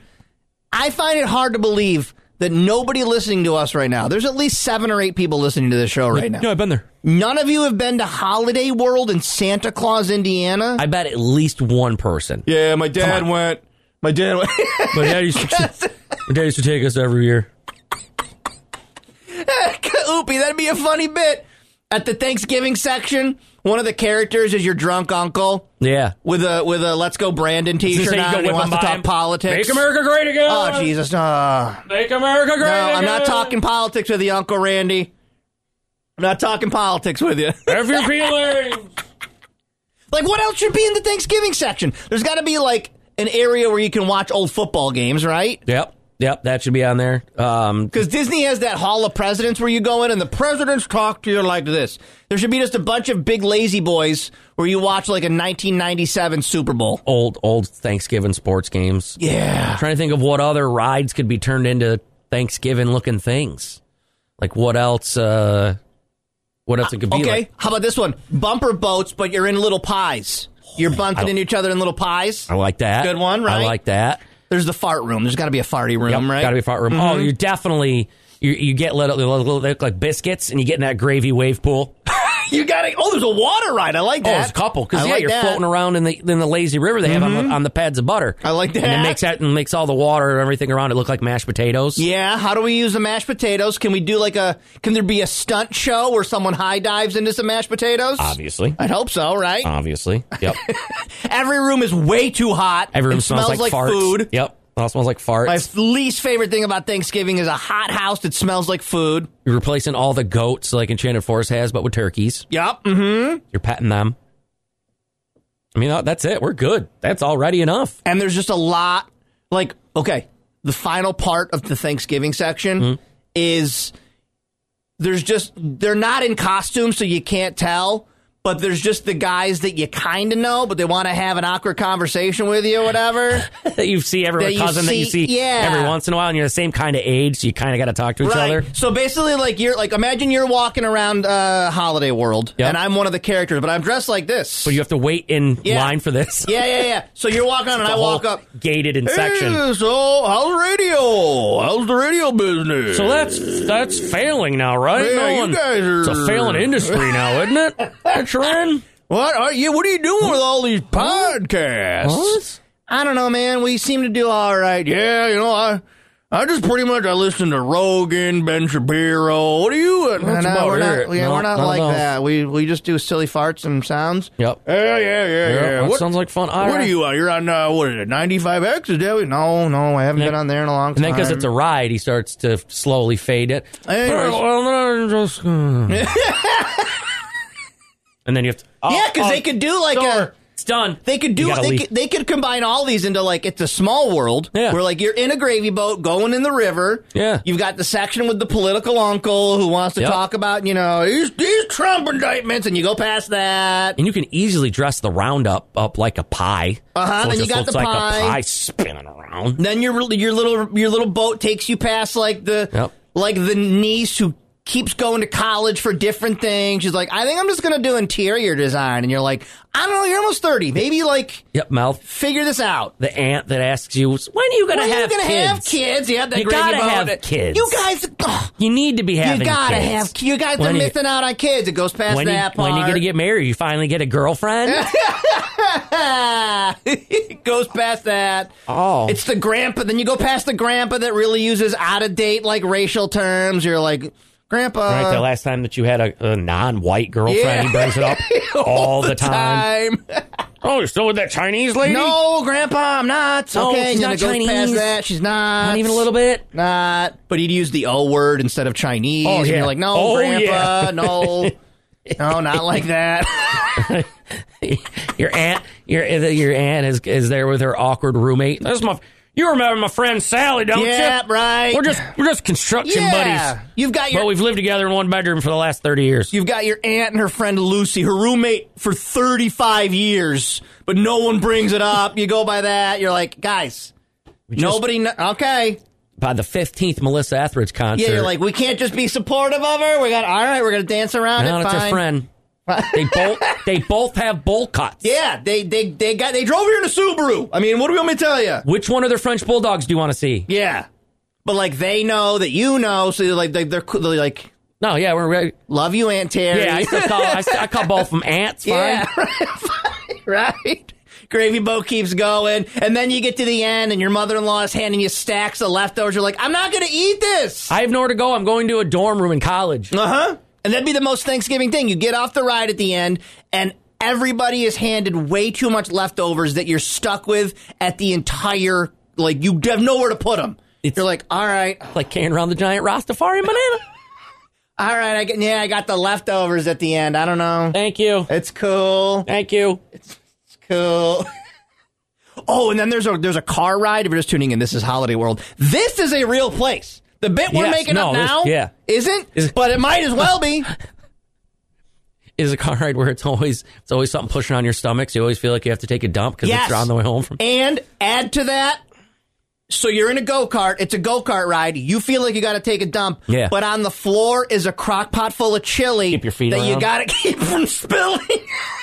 I find it hard to believe that nobody listening to us right now. There's at least seven or eight people listening to this show right now. No, I've been there. None of you have been to Holiday World in Santa Claus, Indiana. I bet at least one person. Yeah, my dad went. My dad went. My dad used to, my dad used to take us every year. Oopie, that'd be a funny bit. At the Thanksgiving section, one of the characters is your drunk uncle Yeah. with a with a "Let's Go Brandon" so T-shirt you on. go And he whip wants to him by talk him. politics. Make America great again. Oh Jesus! No, Make America great no, again. I'm not talking politics with you, Uncle Randy. I'm not talking politics with you. Have your feelings. Like, what else should be in the Thanksgiving section? There's got to be like an area where you can watch old football games, right? Yep. Yep. That should be on there. Um, Because Disney has that Hall of Presidents where you go in and the presidents talk to you like this. There should be just a bunch of big lazy boys where you watch like a 1997 Super Bowl. old, old Thanksgiving sports games. Yeah. trying to think of what other rides could be turned into Thanksgiving looking things. Like what else? Uh, what else it could be? Okay. Like? How about this one? Bumper boats, but you're in little pies. You're bunking into each other in little pies. I like that. Good one, right? I like that. There's the fart room. There's got to be a farty room, right? Mm-hmm. Got to be a fart room. Oh, you definitely you you get little, little, little look like biscuits, and you get in that gravy wave pool. you got to. Oh, there's a water ride. I like Oh, that. there's a couple because I yeah, like you're that. Mm-hmm. floating around in the in the lazy river they have on the, on the pads of butter. I like And that. it makes that and makes all the water and everything around it look like mashed potatoes. Yeah, how do we use the mashed potatoes? Can we do like a can there be a stunt show where someone high dives into some mashed potatoes? obviously, I'd hope so, right? Uh. obviously. Yep. Every room is way too hot. Every room It smells, like, farts. food. Yep. It all smells like farts. My least favorite thing about Thanksgiving is a hot house that smells like food. You're replacing all the goats like Enchanted Forest has, but with turkeys. Yep. Mm-hmm. You're patting them. I mean, that- that's it. We're good. That's already enough. And there's just a lot like okay, the final part of the Thanksgiving section Hmm. is there's just they're not in costume so you can't tell but there's just the guys that you kind of know but they want to have an awkward conversation with you or whatever That you see every That you cousin that you see- see yeah. every once in a while, and you're the same kind of age, so you kind of got to talk to each other. so basically like you're like imagine you're walking around uh holiday world Yep. and i'm one of the characters but i'm dressed like this But you have to wait in Yeah. line for this. yeah yeah yeah so you're walking on and The i walk whole up gated in section. Hey, so how's radio how's the radio business So that's that's failing now, right? Yeah, you guys are- It's a failing industry now, isn't it? That you're in? what are you what are you doing with all these podcasts What? I don't know, man. We seem to do all right. Yeah, you know, I I just pretty much I listen to Rogan, Ben Shapiro. What are you? At? That's about we're it. not, yeah, No, we're not not like enough. that. We we just do silly farts and sounds. Yep. Yeah, yeah, yeah, Yeah, yeah. that What, sounds like fun. All what are right. you on? You're on uh, what is it? 95X? Is that what- No, no, I And haven't then- been on there in a long And time. then because it's a ride, he starts to slowly fade it. Anyways. Well, then I'm just gonna- and then you have to. Oh, yeah, because oh, they could do like a. door. It's done. They could do. You gotta They leave. could, they could combine all these into like it's a small world Yeah. where like you're in a gravy boat going in the river. Yeah. you've got the section with the political uncle who wants to Yep. talk about you know these, these Trump indictments, and you go past that. and you can easily dress the roundup up like a pie. Uh-huh, So it then you just got looks the like pie. a pie spinning around. Then your your little your little boat takes you past like the Yep. like the niece who keeps going to college for different things. She's like, I think I'm just gonna do interior design, and you're like, I don't know, you're almost thirty, maybe like Yep, mouth. figure this out. The aunt that asks you, "When are you gonna When have are you gonna kids? have kids? Yeah, that You gravy gotta boat. have kids. You guys, ugh, You need to be having. you gotta kids. have. You guys are When you- missing out on kids. It goes past When you, that part. when you gonna get married? You finally get a girlfriend. Ah, it goes past that. oh, It's the grandpa. Then you go past the grandpa that really uses out of date like racial terms. You're like, grandpa. Right, the last time that you had a, a non-white girlfriend, he brings it up all the, time. time. Oh, you're still with that Chinese lady? No, grandpa, I'm not. No, okay, she's and then not it goes past Chinese. that. She's not. not even a little bit. Not. But he'd use the O word instead of Chinese. Oh, and yeah. you're like, no, Oh, grandpa, yeah. no. No, not like that. Your aunt, your your aunt is is there with her awkward roommate. That's my. You remember my friend Sally, don't yeah, you? right. We're just we're just construction yeah. buddies, You've got your but we've lived together in one bedroom for the last thirty years. You've got your aunt and her friend Lucy, her roommate for 35 years, but no one brings it up. You go by that. You're like, guys, just- nobody. Kn- okay. By the fifteenth Melissa Etheridge concert, Yeah, you're like, we can't just be supportive of her. We got, all right, we're going to dance around no, it. it's fine. her friend. they both they both have bowl cuts. Yeah, they, they, they got, they drove here in a Subaru. I mean, what do we want me to tell you? Which one of their French bulldogs do you want to see? Yeah. But like they know that you know, so like they, they're, cool- they're like, no, yeah, we're ready. Love you, Aunt Terry. Yeah, I still call I, still, I call both of them ants. Fine. Yeah, right, right. Gravy boat keeps going, and then you get to the end, and your mother in law is handing you stacks of leftovers. You're like, I'm not going to eat this. I have nowhere to go. I'm going to a dorm room in college. Uh huh. And that'd be the most Thanksgiving thing. You get off the ride at the end, and everybody is handed way too much leftovers that you're stuck with at the entire. Like you have nowhere to put them. you're like, all right, Like carrying around the giant Rastafarian banana. all right. I get, yeah, I got the leftovers at the end. I don't know. Thank you. It's cool. Thank you. Cool. oh, and then there's a there's a car ride. If you're just tuning in, this is Holiday World. This is a real place. The bit we're Yes, making no, up this- now yeah. isn't, Is- but it might as well be. Is a car ride where it's always it's always something pushing on your stomach. So you always feel like you have to take a dump because Yes. it's on the way home from. and add to that, so you're in a go kart. It's a go kart ride. You feel like you got to take a dump. Yeah. But on the floor is a crock pot full of chili Keep your feet that you around. got to keep from spilling.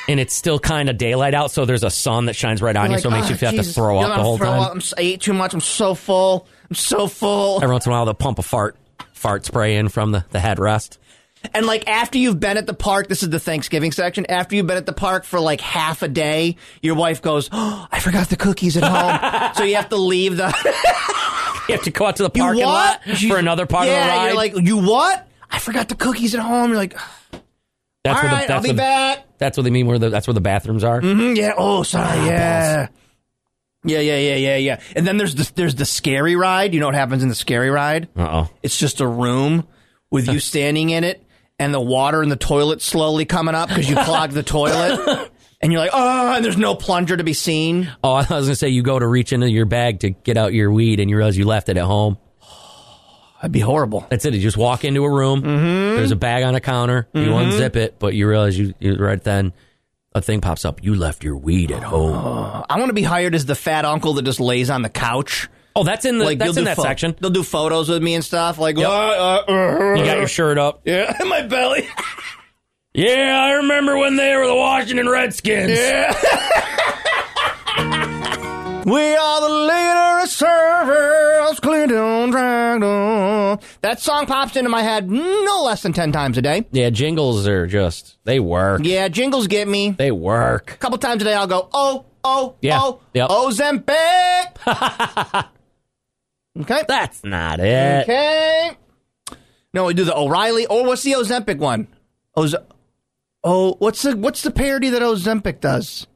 And it's still kind of daylight out, so there's a sun that shines right on you, Like, so it makes "Oh, you feel have to Jesus, throw I'm up the gonna whole throw time. up. I'm s- I ate too much. I'm so full. I'm so full. Every once in a while, they'll pump a fart fart spray in from the the headrest. And like after you've been at the park, this is the Thanksgiving section. After you've been at the park for like half a day, your wife goes, "Oh, I forgot the cookies at home," so you have to leave the You have to go out to the you parking lot what? You- for another part yeah, of the ride. You're like, you what? I forgot the cookies at home. You're like, that's all where the, right, that's I'll be where the- back. That's what they mean. Where the that's where the bathrooms are. Mm, yeah. Oh, sorry. Yeah. Yeah, yeah, yeah, yeah, yeah. And then there's the, there's the scary ride. You know what happens in the scary ride? Uh oh. It's just a room with you standing in it and the water in the toilet slowly coming up because you clogged the toilet. And you're like, oh, and there's no plunger to be seen. Oh, I was gonna say you go to reach into your bag to get out your weed, and you realize you left it at home. That'd be horrible. That's it. You just walk into a room. Mm-hmm. There's a bag on a counter. You unzip it, but you realize you, you right then a thing pops up. You left your weed at home. I want to be hired as the fat uncle that just lays on the couch. Oh, that's in the like that's they'll in do that pho- section. They'll do photos with me and stuff. Like, Yep. uh, uh, uh, You got your shirt up. yeah, my belly. Yeah, I remember when they were the Washington Redskins. We are the leader of servers, Clinton Dragon. That song pops into my head mm, no less than 10 times a day. Yeah, jingles are just they work. Yeah, jingles get me. They work. A couple times a day, I'll go, oh, oh, Yeah, oh, yep. Ozempic. okay. That's not it. Okay. No, we do the O'Reilly, or what's the Ozempic one? Oz- oh, what's the what's the parody that Ozempic does?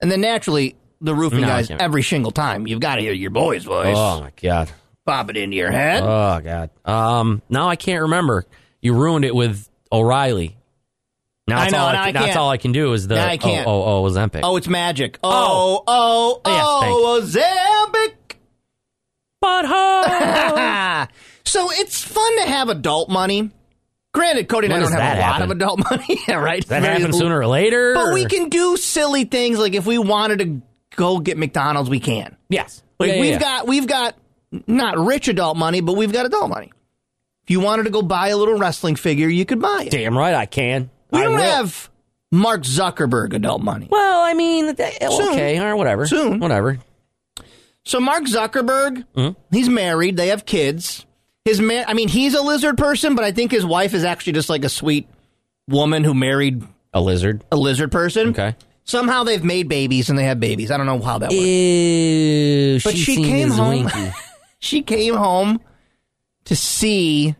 And then naturally, the roofing No, I guys can't- every single time. You've got to hear your boy's voice. Oh my god. Pop it into your head. Oh god. Um. Now I can't remember. You ruined it with O'Reilly. Now I that's know, All now I can, that's can't. all I can do is the Now I can't. oh oh oh Ozempic. oh, it's magic. Oh, oh, oh, Ozempic. butthole. Ah. so it's fun to have adult money. Granted, Cody and When I don't does have a that lot of happen? adult money, yeah, right? that Very happens little. sooner or later. But we or- can do silly things like if we wanted to go get McDonald's, we can. Yes. Like Yeah, yeah, we've yeah. got we've got not rich adult money, but we've got adult money. If you wanted to go buy a little wrestling figure, you could buy it. Damn right I can. we I don't will. have Mark Zuckerberg adult money. Well, I mean, th- okay, or whatever. Soon. whatever. So Mark Zuckerberg, Hmm? he's married, they have kids. His man I mean, he's a lizard person, but I think his wife is actually just like a sweet woman who married A lizard. a lizard person. Okay. Somehow they've made babies and they have babies. I don't know how that works. Ew, But she seen came his home. winky. she came home to see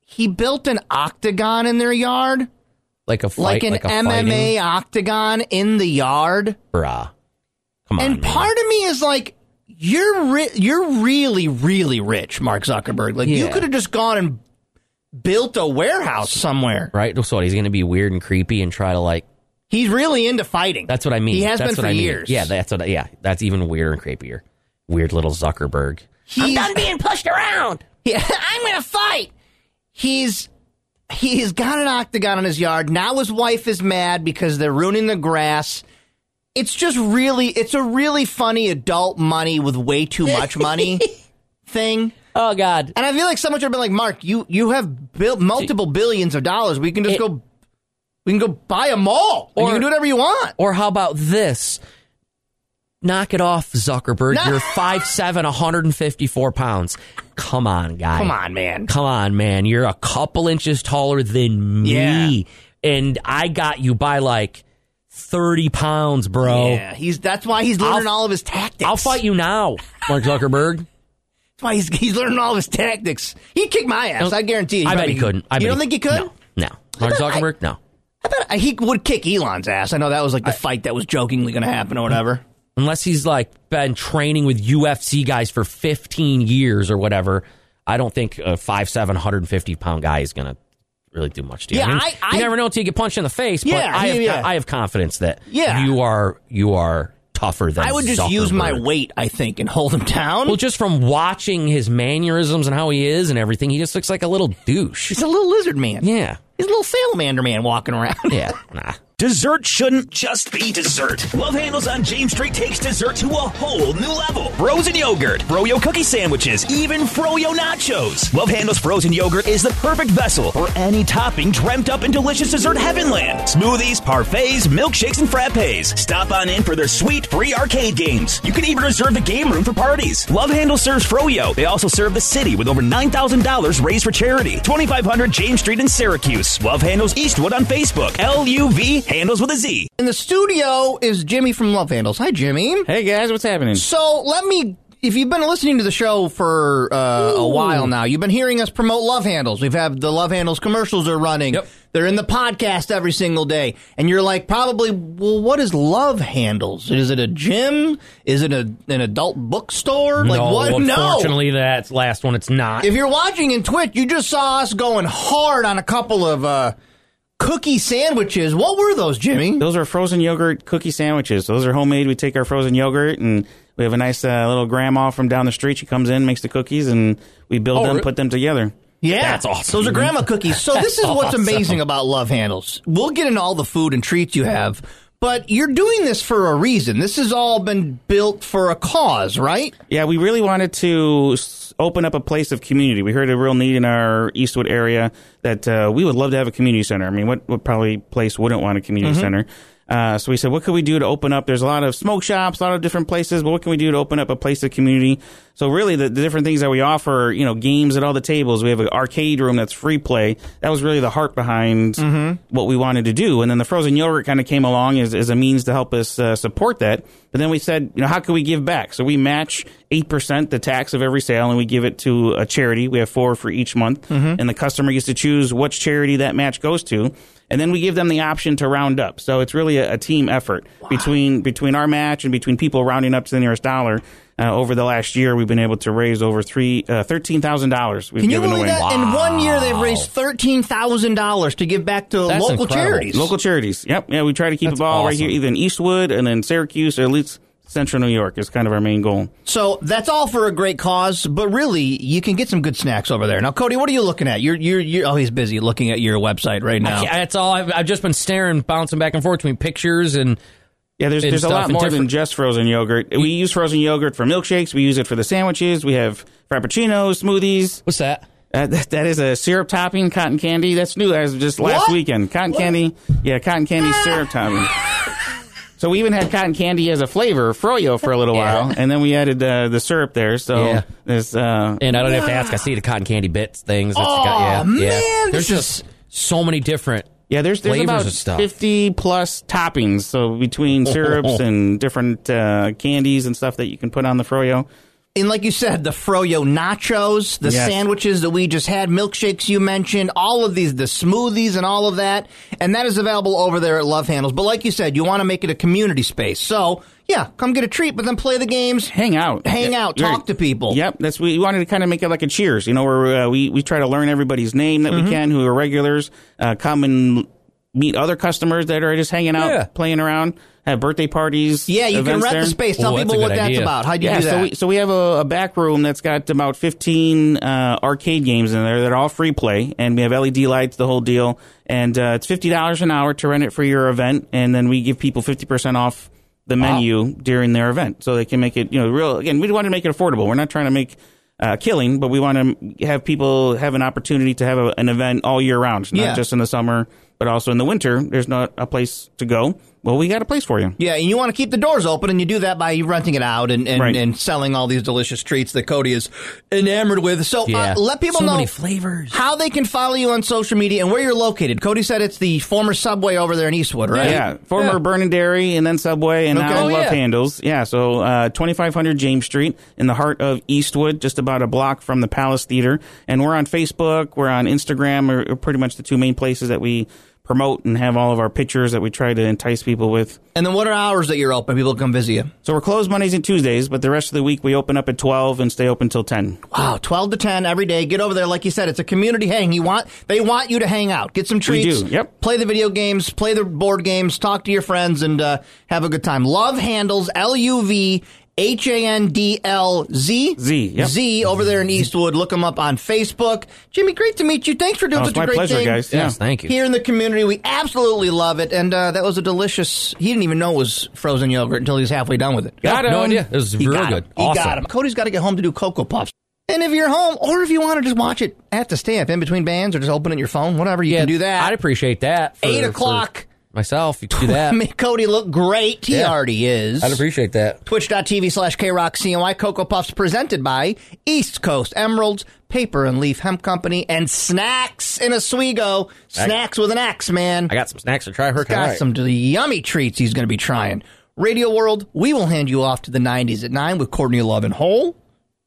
he built an octagon in their yard, like a like fight, an like a MMA fighting- octagon in the yard. Bruh. Come on, and man. part of me is like, you're ri- you're really really rich, Mark Zuckerberg. Like you Yeah. could have just gone and built a warehouse somewhere. right? So what, he's going to be weird and creepy and try to like. He's really into fighting. That's what I mean. He has That's been what for I mean. years. Yeah, that's what. I- Yeah, that's even weirder and creepier. Weird little Zuckerberg. He's- I'm done being pushed around. Yeah, I'm gonna fight. He's he's got an octagon in his yard. Now his wife is mad because they're ruining the grass. It's just really it's a really funny adult money with way too much money thing. Oh God. And I feel like someone should have been like, Mark, you you have built multiple billions of dollars. We can just It- go we can go buy a mall. Or, you Or- can do whatever you want. Or how about this? Knock it off, Zuckerberg. You're 5'7, 154 pounds. Come on, guy. Come on, man. Come on, man. You're a couple inches taller than me. And I got you by like 30 pounds, bro. Yeah, he's that's why he's learning Oh. I'll- all of his tactics. I'll fight you now, Mark Zuckerberg. That's why he's, he's learning all of his tactics. He kicked my ass. I guarantee you. I bet probably- he couldn't. I you bet don't think he could? No. no. Mark bet I- Zuckerberg? no. I bet I- he would kick Elon's ass. I know that was like the fight that was jokingly going to happen or whatever. Unless he's like been training with UFC guys for 15 years or whatever. I don't think a 5'7, 150 pound guy is going to really do much to you. Yeah, mean, I- I- you never know until you get punched in the face, but Yeah, I, have, yeah. I have confidence that Yeah. you are you are tougher than I would just use my Zuckerberg. weight, I think, and hold him down. Well, just from watching his mannerisms and how he is and everything, he just looks like a little douche. he's a little lizard man. Yeah. He's a little salamander man walking around. Yeah. Nah. Dessert shouldn't just be dessert. Love Handles on James Street takes dessert to a whole new level. Frozen yogurt, froyo cookie sandwiches, even froyo nachos. Love Handles frozen yogurt is the perfect vessel for any topping dreamt up in delicious dessert heavenland. Smoothies, parfaits, milkshakes, and frappes. Stop on in for their sweet free arcade games. You can even reserve the game room for parties. Love Handle serves froyo. They also serve the city with over $9,000 raised for charity. 2500 James Street in Syracuse. Love Handles Eastwood on Facebook. L-U-V Handles with a Z. In the studio is Jimmy from Love Handles. Hi, Jimmy. Hey guys, what's happening? So let me. If you've been listening to the show for uh, a while now, you've been hearing us promote Love Handles. We've had the Love Handles commercials are running. Yep. They're in the podcast every single day, and you're like, probably, well, what is Love Handles? Is it a gym? Is it a, an adult bookstore? like no, what? No. Unfortunately, that last one, it's not. If you're watching in Twitch, you just saw us going hard on a couple of uh, cookie sandwiches. What were those, Mm. Jimmy? Those are frozen yogurt cookie sandwiches. Those are homemade. We take our frozen yogurt and we have a nice uh, little grandma from down the street. She comes in, makes the cookies, and we build Oh, them, re- put them together. Yeah, That's awesome. Those are grandma cookies. So this is That's what's awesome. amazing about Love Handles. We'll get into all the food and treats you have, but you're doing this for a reason. This has all been built for a cause, right? Yeah, we really wanted to s- open up a place of community. We heard a real need in our Eastwood area that uh, we would love to have a community center. I mean, what, what probably place wouldn't want a community center? Uh, so we said, what could we do to open up? There's a lot of smoke shops, a lot of different places, but what can we do to open up a place of community? So really, the, the different things that we offer, are, you know, games at all the tables. We have an arcade room that's free play. That was really the heart behind what we wanted to do. And then the frozen yogurt kind of came along as, as a means to help us uh, support that. But then we said, you know, how can we give back? So we match 8% the tax of every sale and we give it to a charity. We have four for each month. Mm-hmm. And the customer gets to choose which charity that match goes to. And then we give them the option to round up. So it's really a, a team effort between between our match and between people rounding up to the nearest dollar. Uh, over the last year, we've been able to raise over three uh, thirteen thousand dollars. We've Can you given believe away. that? In one year, they've raised thirteen thousand dollars to give back to That's local incredible. charities. Local charities. Yep. Yeah, we try to keep That's the ball right awesome. here, either in Eastwood and then Syracuse or at least Central New York is kind of our main goal. so that's all for a great cause, but really, you can get some good snacks over there. Now, Cody, what are you looking at? You're you're, you're oh, he's busy looking at your website right I now. can't- that's all. I've, I've just been staring, bouncing back and forth between pictures and Yeah, there's And there's a stuff lot and more than different- just frozen yogurt. We use frozen yogurt for milkshakes. We use it for the sandwiches. We have frappuccinos, smoothies. what's that? Uh, that, that is a syrup topping cotton candy. That's new. That was just last What? Ah. weekend. Cotton candy. Yeah, cotton candy syrup topping. So we even had cotton candy as a flavor, froyo, for a little while, and then we added uh, the syrup there. So Yeah. there's uh, And I don't have to ask. I see the cotton candy bits things. That's got, Aw, yeah, yeah. man, There's this just so many different. Yeah, there's there's flavors about of Oh. stuff. Oh, fifty plus toppings, so between syrups and different uh, candies and stuff that you can put on the froyo. And like you said, the froyo nachos, the Yes. sandwiches that we just had, milkshakes you mentioned, all of these, the smoothies and all of that. And that is available over there at Love Handles. But like you said, you want to make it a community space. So, yeah, come get a treat, but then play the games. Hang out, Hang out, Right. talk to people. Yep, that's we wanted to kind of make it like a Cheers. You know, where uh, we we try to learn everybody's name that we can, who are regulars, uh, come and meet other customers that are just hanging out, Yeah. playing around, have birthday parties. Yeah, you can events rent there. the space. Tell Ooh, that's people a what good that's idea. about. How do you yeah, do that? so we so we have a, a back room that's got about fifteen uh, arcade games in there that are all free play, and we have LED lights, the whole deal, and uh, it's fifty dollars an hour to rent it for your event, and then we give people fifty percent off the menu during their event, so they can make it you know real. Again, we want to make it affordable. We're not trying to make. Uh, killing, but we want to have people have an opportunity to have a, an event all year round, not Yeah. just in the summer, but also in the winter, there's not a place to go. Well, we got a place for you. Yeah, and you want to keep the doors open, and you do that by renting it out and, and, Right. and selling all these delicious treats that Cody is enamored with. So Yeah. uh, let people So know many flavors. how they can follow you on social media and where you're located. Cody said it's the former Subway over there in Eastwood, right? Yeah, former Burn and Dairy, and then Subway, and Okay. now Oh, Love yeah. Handles. Yeah, so uh, 2500 James Street in the heart of Eastwood, just about a block from the Palace Theater. And we're on Facebook, we're on Instagram, are, are pretty much the two main places that we promote and have all of our pictures that we try to entice people with. And then what are hours that you're open? People can come visit you. So we're closed Mondays and Tuesdays, but the rest of the week we open up at 12 and stay open till 10. Wow, twelve to ten every day. Get over there, like you said, it's a community hang. You want they want you to hang out, get some We treats, do, yep. play the video games, play the board games, talk to your friends, and uh, have a good time. Love handles L U V H A N D L Z Z, yep. Z over there in Eastwood. Look them up on Facebook. Jimmy, great to meet you. Thanks for doing Oh, it's such a my great pleasure, thing. guys. Yes, Yeah. thank you. Here in the community, we absolutely love it, and uh, that was a delicious. He didn't even know it was frozen yogurt until he was halfway done with it. Got no him. idea. It was He real got good. him. He Awesome. got him. Cody's got to get home to do Cocoa Puffs. And if you're home, or if you want to just watch it at the stamp in between bands, or just open it your phone, whatever, you Yeah, can do that. I'd appreciate that. for- Eight for o'clock. myself, you could do that. Make Cody look great. He Yeah. already is. I'd appreciate that. Twitch.tv slash KRockCNY Cocoa Puffs presented by East Coast Emeralds, Paper and Leaf Hemp Company, and Snacks in Oswego. Snacks with an X, man. I got some snacks to try her. Got some d- yummy treats he's going to be trying. Radio World, we will hand you off to the 90s at 9 with Courtney Love and Hole.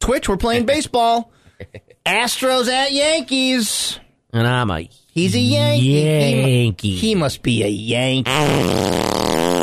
Twitch, we're playing baseball. Astros at Yankees. and I'm a He's a Yankee. He mu- Yankee. He, must be a Yankee.